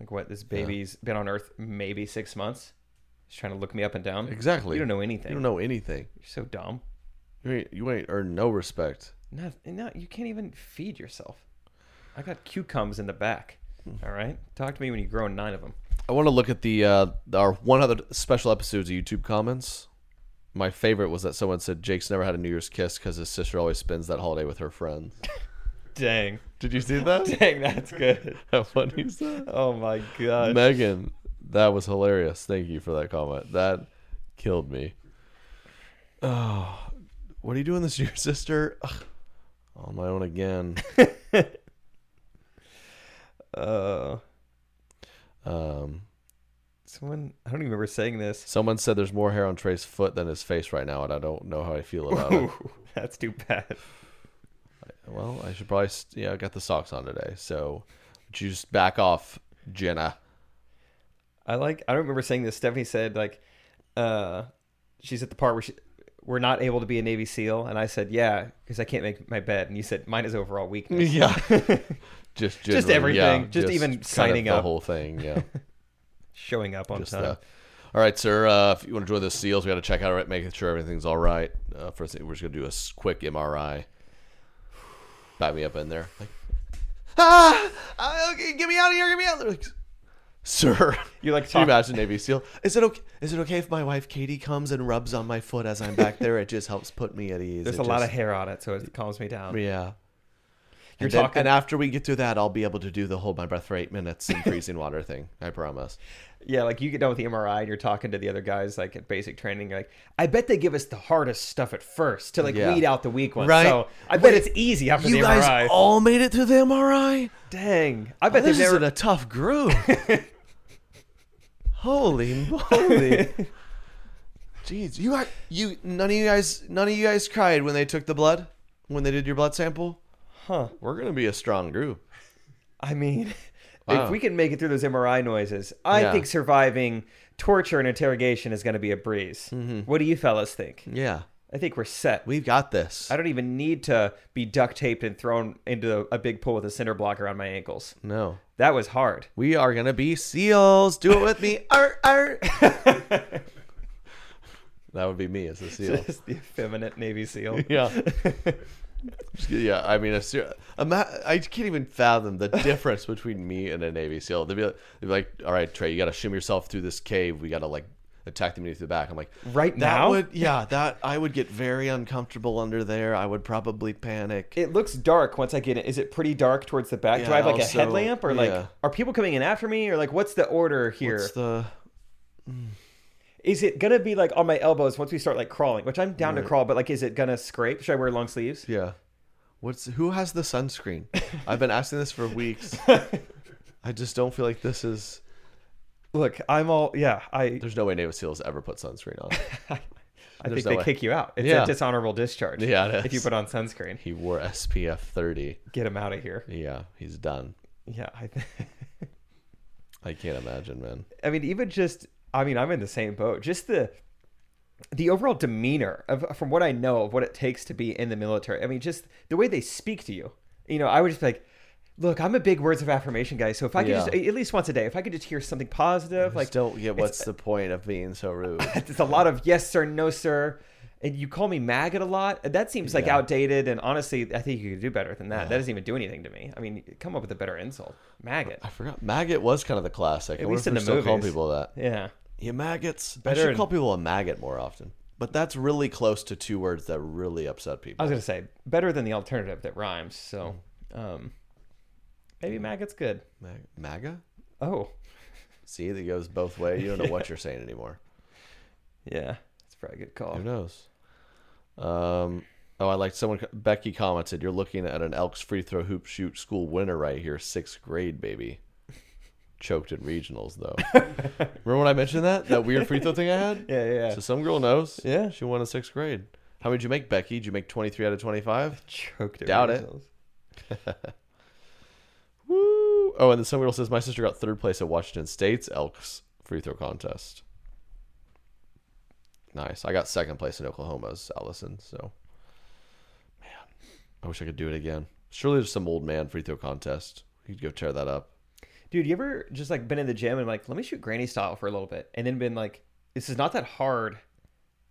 [SPEAKER 3] Like what? This baby's been on Earth maybe six months. He's trying to look me up and down.
[SPEAKER 2] Exactly.
[SPEAKER 3] You don't know anything.
[SPEAKER 2] You don't know anything.
[SPEAKER 3] You're so dumb.
[SPEAKER 2] You ain't, you ain't earned no respect.
[SPEAKER 3] No, no, you can't even feed yourself. I got cucumbers in the back.
[SPEAKER 2] Hmm.
[SPEAKER 3] All right, talk to me when you grow nine of them.
[SPEAKER 2] I want to look at the uh, our one other special episode's YouTube comments. My favorite was that someone said Jake's never had a New Year's kiss because his sister always spends that holiday with her friends.
[SPEAKER 3] Dang,
[SPEAKER 2] Did you see that?
[SPEAKER 3] dang, that's good.
[SPEAKER 2] How funny is that?
[SPEAKER 3] Oh my god.
[SPEAKER 2] Megan, that was hilarious. Thank you for that comment. That killed me. Oh, what are you doing this year, sister? Ugh, on my own again.
[SPEAKER 3] Uh,
[SPEAKER 2] Um,
[SPEAKER 3] someone I don't even remember saying this.
[SPEAKER 2] someone said there's more hair on Trey's foot than his face right now, and I don't know how I feel about it.
[SPEAKER 3] Ooh, Oh, that's too bad.
[SPEAKER 2] Well, I should probably st- yeah, I got the socks on today, so would you just back off, Jenna.
[SPEAKER 3] I like. I don't remember saying this. Stephanie said like, uh, she's at the part where she, we're not able to be a Navy SEAL, and I said yeah because I can't make my bed, and you said mine is overall weakness.
[SPEAKER 2] Yeah, just generally, yeah,
[SPEAKER 3] everything. Just even
[SPEAKER 2] kind of
[SPEAKER 3] signing
[SPEAKER 2] the
[SPEAKER 3] up.
[SPEAKER 2] whole thing. Yeah,
[SPEAKER 3] Showing up on
[SPEAKER 2] just
[SPEAKER 3] time.
[SPEAKER 2] that. All right, sir. Uh, if you want to join the seals, we got to check out, making sure everything's all right. Uh, first thing, we're just gonna do a s- quick MRI. Back me up in there. Like, ah, ah, okay, get me out of here, get me out. They're like, sir,
[SPEAKER 3] You like
[SPEAKER 2] Can you
[SPEAKER 3] talk-
[SPEAKER 2] imagine Navy SEAL? Is it okay? Is it okay if my wife Katie comes and rubs on my foot as I'm back there? It just helps put me at ease.
[SPEAKER 3] There's
[SPEAKER 2] It
[SPEAKER 3] a lot of
[SPEAKER 2] just-
[SPEAKER 3] hair on it, so it calms me down.
[SPEAKER 2] Yeah.
[SPEAKER 3] You're
[SPEAKER 2] and then-
[SPEAKER 3] talking-
[SPEAKER 2] and after we get through that, I'll be able to do the hold my breath for eight minutes in freezing water thing. I promise.
[SPEAKER 3] Yeah, like you get done with the MRI and you're talking to the other guys like at basic training. You're like, I bet they give us the hardest stuff at first to like
[SPEAKER 2] Yeah.
[SPEAKER 3] weed out the weak ones.
[SPEAKER 2] Right.
[SPEAKER 3] So I
[SPEAKER 2] Wait,
[SPEAKER 3] bet it's easy after
[SPEAKER 2] You
[SPEAKER 3] the
[SPEAKER 2] guys
[SPEAKER 3] MRI.
[SPEAKER 2] all made it through the MRI.
[SPEAKER 3] Dang, I
[SPEAKER 2] But
[SPEAKER 3] bet
[SPEAKER 2] this
[SPEAKER 3] they've
[SPEAKER 2] is
[SPEAKER 3] never.
[SPEAKER 2] in a tough group. holy moly! Jeez, you are you none of you guys none of you guys cried when they took the blood when they did your blood sample. Huh? We're gonna be a strong group.
[SPEAKER 3] I mean,
[SPEAKER 2] Wow.
[SPEAKER 3] if we can make it through those MRI noises, I
[SPEAKER 2] Yeah.
[SPEAKER 3] think surviving torture and interrogation is going to be a breeze.
[SPEAKER 2] Mm-hmm.
[SPEAKER 3] What do you fellas think?
[SPEAKER 2] Yeah,
[SPEAKER 3] I think we're set.
[SPEAKER 2] we've got this.
[SPEAKER 3] I don't even need to be duct taped and thrown into a big pool with a cinder block around my ankles.
[SPEAKER 2] no,
[SPEAKER 3] That was hard.
[SPEAKER 2] we are gonna be seals. Do it with me. Arr, arr. that would be me as a seal.
[SPEAKER 3] Just the effeminate Navy SEAL.
[SPEAKER 2] Yeah. Just kidding, yeah, I mean, a ser- ima- I can't even fathom the difference between me and a Navy SEAL. They'd be, like, they'd be like, "All right, Trey, you got to shim yourself through this cave. We got to like attack them beneath the back." I'm like, that
[SPEAKER 3] Right now?
[SPEAKER 2] would, yeah, that I would get very uncomfortable under there. I would probably panic.
[SPEAKER 3] it looks dark once I get in. Is it pretty dark towards the back? Do
[SPEAKER 2] Yeah,
[SPEAKER 3] I have like
[SPEAKER 2] also-
[SPEAKER 3] a headlamp or like
[SPEAKER 2] yeah.
[SPEAKER 3] are people coming in after me or like what's the order here?
[SPEAKER 2] What's the
[SPEAKER 3] Is it gonna be like on my elbows once we start like crawling, which I'm down to crawl, but like is it gonna scrape? Should I wear long sleeves?
[SPEAKER 2] yeah? What's who has the sunscreen? I've been asking this for weeks. I just don't feel like this is.
[SPEAKER 3] Look, I'm all yeah. I
[SPEAKER 2] There's no way Navy SEALs ever put sunscreen on.
[SPEAKER 3] I
[SPEAKER 2] there's
[SPEAKER 3] think
[SPEAKER 2] no
[SPEAKER 3] they
[SPEAKER 2] way.
[SPEAKER 3] kick you out. It's
[SPEAKER 2] Yeah.
[SPEAKER 3] a dishonorable discharge.
[SPEAKER 2] Yeah, it
[SPEAKER 3] if you
[SPEAKER 2] is.
[SPEAKER 3] put on sunscreen,
[SPEAKER 2] he wore SPF 30.
[SPEAKER 3] get him out of here.
[SPEAKER 2] Yeah, he's done.
[SPEAKER 3] Yeah, I, th-
[SPEAKER 2] I can't imagine, man.
[SPEAKER 3] I mean even just I mean I'm in the same boat. Just the the overall demeanor of from what I know of what it takes to be in the military. I mean, just the way they speak to you. You know, I would just be like, look, I'm a big words of affirmation guy, so if I could
[SPEAKER 2] Yeah.
[SPEAKER 3] just at least once a day, if I could just hear something positive,
[SPEAKER 2] Like,
[SPEAKER 3] like
[SPEAKER 2] don't get what's the point of being so rude.
[SPEAKER 3] it's a lot of yes sir, no sir. And you call me maggot a lot. and That seems like outdated. And honestly, I think you could do better than that. That doesn't even do anything to me. I mean, come up with a better insult, maggot.
[SPEAKER 2] I forgot. Maggot was kind of the classic. At
[SPEAKER 3] least in the
[SPEAKER 2] still call
[SPEAKER 3] movies.
[SPEAKER 2] people that.
[SPEAKER 3] Yeah,
[SPEAKER 2] You maggots. I
[SPEAKER 3] Better
[SPEAKER 2] should
[SPEAKER 3] than-
[SPEAKER 2] call people a maggot more often. But that's really close to two words that really upset
[SPEAKER 3] I
[SPEAKER 2] people.
[SPEAKER 3] was gonna say better than the alternative that rhymes. So,
[SPEAKER 2] Hmm.
[SPEAKER 3] um, maybe maggot's good.
[SPEAKER 2] Mag- MAGA?
[SPEAKER 3] Oh,
[SPEAKER 2] See, that goes both ways. You don't know what you're saying anymore.
[SPEAKER 3] Yeah, that's probably a good call.
[SPEAKER 2] Who knows? Um, Oh, I like someone. Becky commented, "You're looking at an Elks free throw hoop shoot school winner right here, sixth grade baby." Choked in regionals though. Remember when I mentioned that that weird free throw thing I had?
[SPEAKER 3] Yeah, yeah, yeah.
[SPEAKER 2] So some girl knows.
[SPEAKER 3] Yeah.
[SPEAKER 2] she won in sixth grade. How many did you make, Becky? Did you make twenty three out of twenty five?
[SPEAKER 3] Choked at
[SPEAKER 2] Doubt it.
[SPEAKER 3] results.
[SPEAKER 2] Woo! Oh, and then some girl says, "My sister got third place at Washington State's Elks free throw contest." Nice. I got second place in Oklahoma's Allison. So, man, I wish I could do it again. Surely there's some old man free throw contest. You could go tear that up.
[SPEAKER 3] Dude, you ever just like been in the gym and like, let me shoot granny style for a little bit, and then been like, this is not that hard.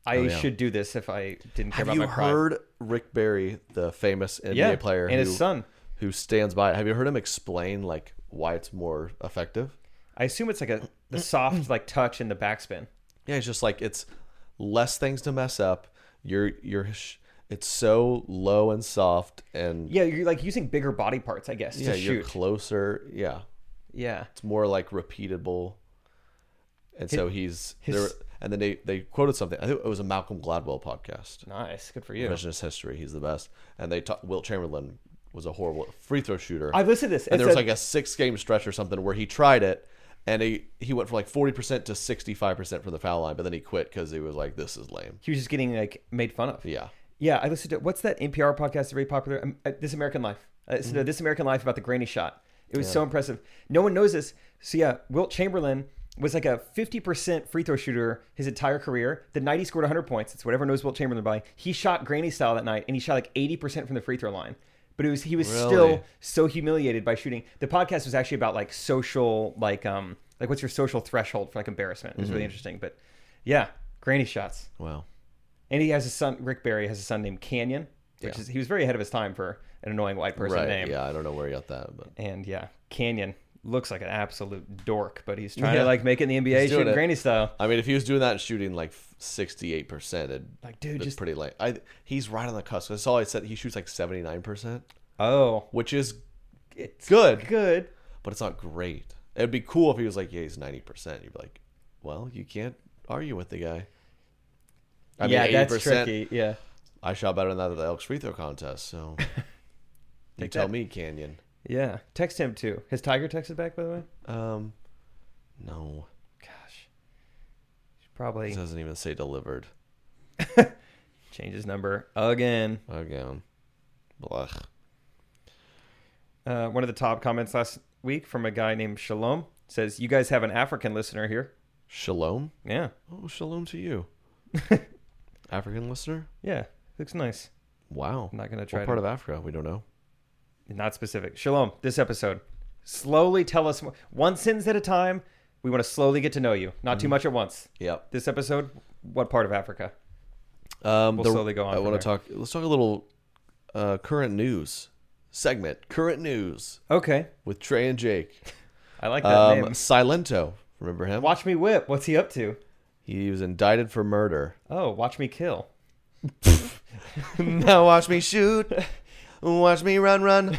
[SPEAKER 3] I
[SPEAKER 2] Oh, yeah.
[SPEAKER 3] should do this if I didn't care
[SPEAKER 2] Have
[SPEAKER 3] about
[SPEAKER 2] you
[SPEAKER 3] my pride.
[SPEAKER 2] heard Rick Barry, the famous NBA
[SPEAKER 3] yeah,
[SPEAKER 2] player,
[SPEAKER 3] and
[SPEAKER 2] who-
[SPEAKER 3] his son.
[SPEAKER 2] who stands by it? Have you heard him explain like why it's more effective?
[SPEAKER 3] I assume it's like a the soft like touch in the backspin.
[SPEAKER 2] Yeah, it's just like it's less things to mess up. You're you're sh- it's so low and soft and
[SPEAKER 3] Yeah, you're like using bigger body parts, I guess,
[SPEAKER 2] yeah,
[SPEAKER 3] to
[SPEAKER 2] you're
[SPEAKER 3] shoot.
[SPEAKER 2] closer. Yeah.
[SPEAKER 3] yeah.
[SPEAKER 2] It's more like repeatable. And so he's
[SPEAKER 3] his-
[SPEAKER 2] there and then they they quoted something. I think it was a Malcolm Gladwell podcast.
[SPEAKER 3] Nice. Good for you.
[SPEAKER 2] Revisionist history, he's the best. And they talked Wilt Chamberlain was a horrible free throw shooter.
[SPEAKER 3] I've listened to this.
[SPEAKER 2] and there
[SPEAKER 3] It's
[SPEAKER 2] was like a six game stretch or something where he tried it and he, he went from like 40% to 65% from the foul line, but then he quit because he was like, this is lame.
[SPEAKER 3] he was just getting like made fun of.
[SPEAKER 2] Yeah.
[SPEAKER 3] Yeah, I listened to what's that NPR podcast that's very popular? Um, uh, this American Life. I listened to This American Life about the granny shot. It was so impressive. No one knows this. So yeah, Wilt Chamberlain was like a 50% free throw shooter his entire career. The night he scored 100 points, it's whatever knows Wilt Chamberlain by. He shot granny style that night, and he shot like 80% from the free throw line. But it was he was
[SPEAKER 2] Really?
[SPEAKER 3] still so humiliated by shooting. The podcast was actually about like social, like um, like what's your social threshold for like embarrassment? It was really interesting. But yeah, granny shots.
[SPEAKER 2] Wow.
[SPEAKER 3] And he has a son, Rick Barry has a son named Canyon, which is, he was very ahead of his time for an annoying white person
[SPEAKER 2] Right.
[SPEAKER 3] name.
[SPEAKER 2] Yeah. I don't know where he got that, but
[SPEAKER 3] And yeah, Canyon looks like an absolute dork, but he's trying
[SPEAKER 2] Yeah.
[SPEAKER 3] to like make it in the NBA
[SPEAKER 2] He's doing it.
[SPEAKER 3] shooting granny style.
[SPEAKER 2] I mean, if he was doing that and shooting like 68%, it'd
[SPEAKER 3] Like, dude,
[SPEAKER 2] it's
[SPEAKER 3] just-
[SPEAKER 2] pretty lame. I, he's right on the cusp. That's all I said. He shoots like 79%,
[SPEAKER 3] Oh,
[SPEAKER 2] which is,
[SPEAKER 3] it's
[SPEAKER 2] Good.
[SPEAKER 3] Good.
[SPEAKER 2] but it's not great. It'd be cool if he was like, yeah, he's 90%. You'd be like, well, you can't argue with the guy. I
[SPEAKER 3] yeah, that's
[SPEAKER 2] 80%.
[SPEAKER 3] tricky. Yeah.
[SPEAKER 2] I shot better than that at the Elks free throw contest, so you tell
[SPEAKER 3] that.
[SPEAKER 2] me, Canyon.
[SPEAKER 3] Yeah. Text him too. Has Tiger texted back, by the way?
[SPEAKER 2] Um, no,
[SPEAKER 3] Gosh. Should probably
[SPEAKER 2] it doesn't even say delivered.
[SPEAKER 3] change his number again.
[SPEAKER 2] Again, blah.
[SPEAKER 3] Uh, one of the top comments last week from a guy named Shalom says, You guys have an African listener here.
[SPEAKER 2] Shalom.
[SPEAKER 3] Yeah.
[SPEAKER 2] Oh, shalom to you, African listener.
[SPEAKER 3] Yeah. Looks nice.
[SPEAKER 2] Wow.
[SPEAKER 3] I'm not gonna
[SPEAKER 2] What
[SPEAKER 3] try to-
[SPEAKER 2] part of Africa? We don't know.
[SPEAKER 3] not specific. Shalom, this episode. Slowly tell us more. One sentence at a time. We want to slowly get to know you. Not too much at once.
[SPEAKER 2] Yep.
[SPEAKER 3] This episode, what part of Africa?
[SPEAKER 2] Um,
[SPEAKER 3] We'll slowly go on
[SPEAKER 2] I
[SPEAKER 3] from
[SPEAKER 2] want
[SPEAKER 3] there.
[SPEAKER 2] to talk. Let's talk a little uh, current news segment. Current news
[SPEAKER 3] Okay.
[SPEAKER 2] with Trey and Jake.
[SPEAKER 3] I like that
[SPEAKER 2] Um,
[SPEAKER 3] name.
[SPEAKER 2] Silento. Remember him?
[SPEAKER 3] Watch me whip. What's he up to?
[SPEAKER 2] He was indicted for murder.
[SPEAKER 3] Oh, watch me kill.
[SPEAKER 2] Now watch me shoot. Watch me run, run.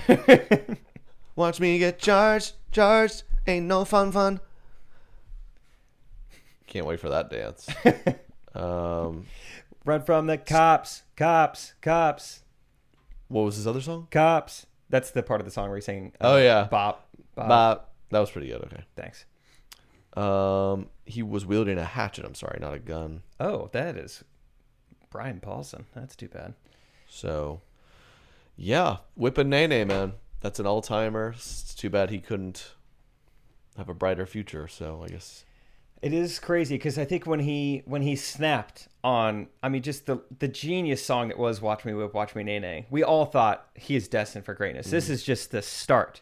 [SPEAKER 2] Watch me get charged, charged. Ain't no fun, fun. Can't wait for that dance. um,
[SPEAKER 3] Run from the cops, cops, cops,
[SPEAKER 2] what was his other song?
[SPEAKER 3] cops. That's the part of the song where he's saying, uh,
[SPEAKER 2] Oh, yeah.
[SPEAKER 3] Bop, bop.
[SPEAKER 2] Bop. that was pretty good. Okay.
[SPEAKER 3] Thanks.
[SPEAKER 2] Um, he was wielding a hatchet. I'm sorry, not a gun.
[SPEAKER 3] Oh, that is Brian Paulson. That's too bad.
[SPEAKER 2] So, yeah, whipping Nene, man. That's an all timer. It's too bad he couldn't have a brighter future. So I guess
[SPEAKER 3] It is crazy because I think when he when he snapped on, I mean, just the the genius song it was "Watch Me Whip, Watch Me Nene." We all thought he is destined for greatness.
[SPEAKER 2] Mm-hmm.
[SPEAKER 3] This is just the start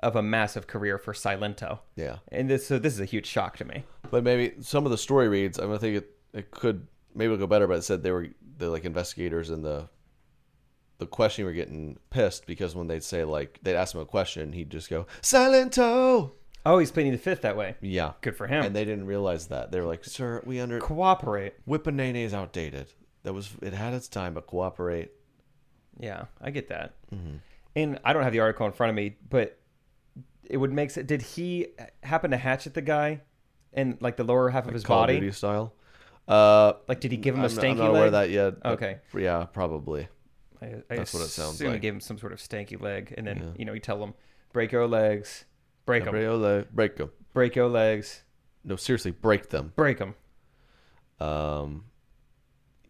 [SPEAKER 3] of a massive career for Silento.
[SPEAKER 2] Yeah.
[SPEAKER 3] and this so this is a huge shock to me.
[SPEAKER 2] But maybe some of the story reads. I'm gonna think it, it could maybe it'll go better. But it said they were the like investigators and the the questioning were getting pissed because when they'd say like they'd ask him a question, he'd just go Silento.
[SPEAKER 3] Oh, he's pleading the fifth that way.
[SPEAKER 2] Yeah,
[SPEAKER 3] Good for him.
[SPEAKER 2] And they didn't realize that they were like, "Sir, we under
[SPEAKER 3] Cooperate.
[SPEAKER 2] Whippanane is outdated. That was it had its time, but cooperate."
[SPEAKER 3] Yeah, I get that.
[SPEAKER 2] Mm-hmm.
[SPEAKER 3] And I don't have the article in front of me, but it would make sense. Did he happen to hatchet the guy in like the lower half of his
[SPEAKER 2] Call of
[SPEAKER 3] body?
[SPEAKER 2] Duty style. Uh,
[SPEAKER 3] Like, did he give him
[SPEAKER 2] I'm
[SPEAKER 3] a
[SPEAKER 2] not- I'm
[SPEAKER 3] stanky
[SPEAKER 2] not aware of
[SPEAKER 3] leg?
[SPEAKER 2] that yet. but
[SPEAKER 3] Okay.
[SPEAKER 2] Yeah, probably.
[SPEAKER 3] I, I
[SPEAKER 2] That's what it sounds
[SPEAKER 3] assume He
[SPEAKER 2] like.
[SPEAKER 3] gave him some sort of stanky leg, and then you know you tell him break your legs, break them,
[SPEAKER 2] Gabriele, break them.
[SPEAKER 3] break your legs,
[SPEAKER 2] No, seriously, break them.
[SPEAKER 3] break them.
[SPEAKER 2] Um,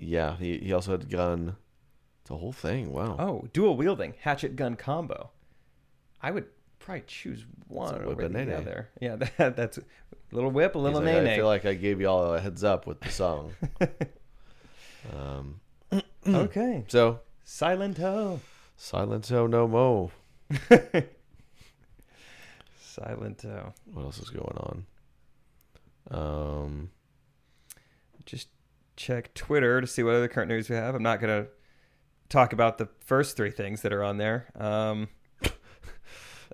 [SPEAKER 2] yeah, he, he also had a gun. It's a whole thing. Wow.
[SPEAKER 3] Oh, dual wielding hatchet gun combo. I would probably choose one
[SPEAKER 2] a
[SPEAKER 3] over
[SPEAKER 2] whip and
[SPEAKER 3] the
[SPEAKER 2] nay-nay.
[SPEAKER 3] other. Yeah, that, that's a little whip, a
[SPEAKER 2] He's
[SPEAKER 3] little
[SPEAKER 2] like,
[SPEAKER 3] nay
[SPEAKER 2] I feel like I gave y'all a heads up with the song. um,
[SPEAKER 3] okay,
[SPEAKER 2] so
[SPEAKER 3] Silent Ho.
[SPEAKER 2] Silento no mo.
[SPEAKER 3] Silent Ho.
[SPEAKER 2] What else is going on? Um,
[SPEAKER 3] Just check Twitter to see what other current news we have. I'm not gonna talk about the first three things that are on there.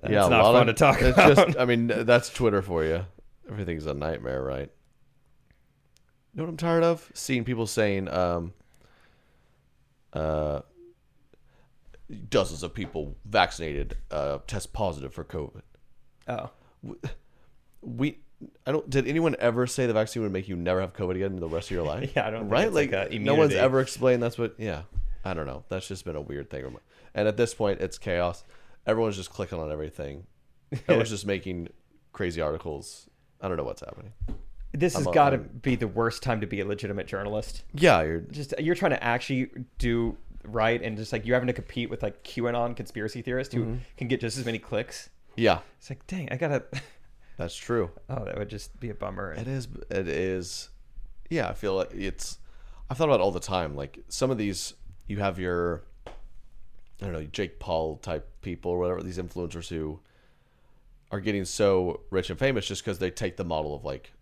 [SPEAKER 3] Um, that's
[SPEAKER 2] yeah, a
[SPEAKER 3] not
[SPEAKER 2] lot
[SPEAKER 3] fun
[SPEAKER 2] of-
[SPEAKER 3] to talk
[SPEAKER 2] it's
[SPEAKER 3] about.
[SPEAKER 2] Just, I mean, that's Twitter for you. Everything's a nightmare, right? You know what I'm tired of? Seeing people saying, um, uh, dozens of people vaccinated uh, test positive for COVID.
[SPEAKER 3] oh,
[SPEAKER 2] We, I don't. Did anyone ever say the vaccine would make you never have COVID again in the rest of your life?
[SPEAKER 3] Yeah, I don't think
[SPEAKER 2] Right?
[SPEAKER 3] it's like a
[SPEAKER 2] no one's
[SPEAKER 3] immunity.
[SPEAKER 2] ever explained that's what. Yeah, I don't know. That's just been a weird thing. And at this point, it's chaos. Everyone's just clicking on everything. Everyone's just making crazy articles. I don't know what's happening.
[SPEAKER 3] this has
[SPEAKER 2] I'm-
[SPEAKER 3] got to
[SPEAKER 2] I'm-
[SPEAKER 3] be the worst time to be a legitimate journalist.
[SPEAKER 2] Yeah, you're
[SPEAKER 3] just you're trying to actually do right and just like you're having to compete with like QAnon conspiracy theorists who
[SPEAKER 2] Mm-hmm.
[SPEAKER 3] can get just as many clicks.
[SPEAKER 2] yeah,
[SPEAKER 3] It's like, dang, I gotta.
[SPEAKER 2] that's true.
[SPEAKER 3] Oh, that would just be a bummer.
[SPEAKER 2] It is. It is. Yeah, I feel like it's. I've thought about it all the time. Like some of these, you have your, I don't know, Jake Paul type people or whatever. These influencers who are getting so rich and famous just because they take the model of like,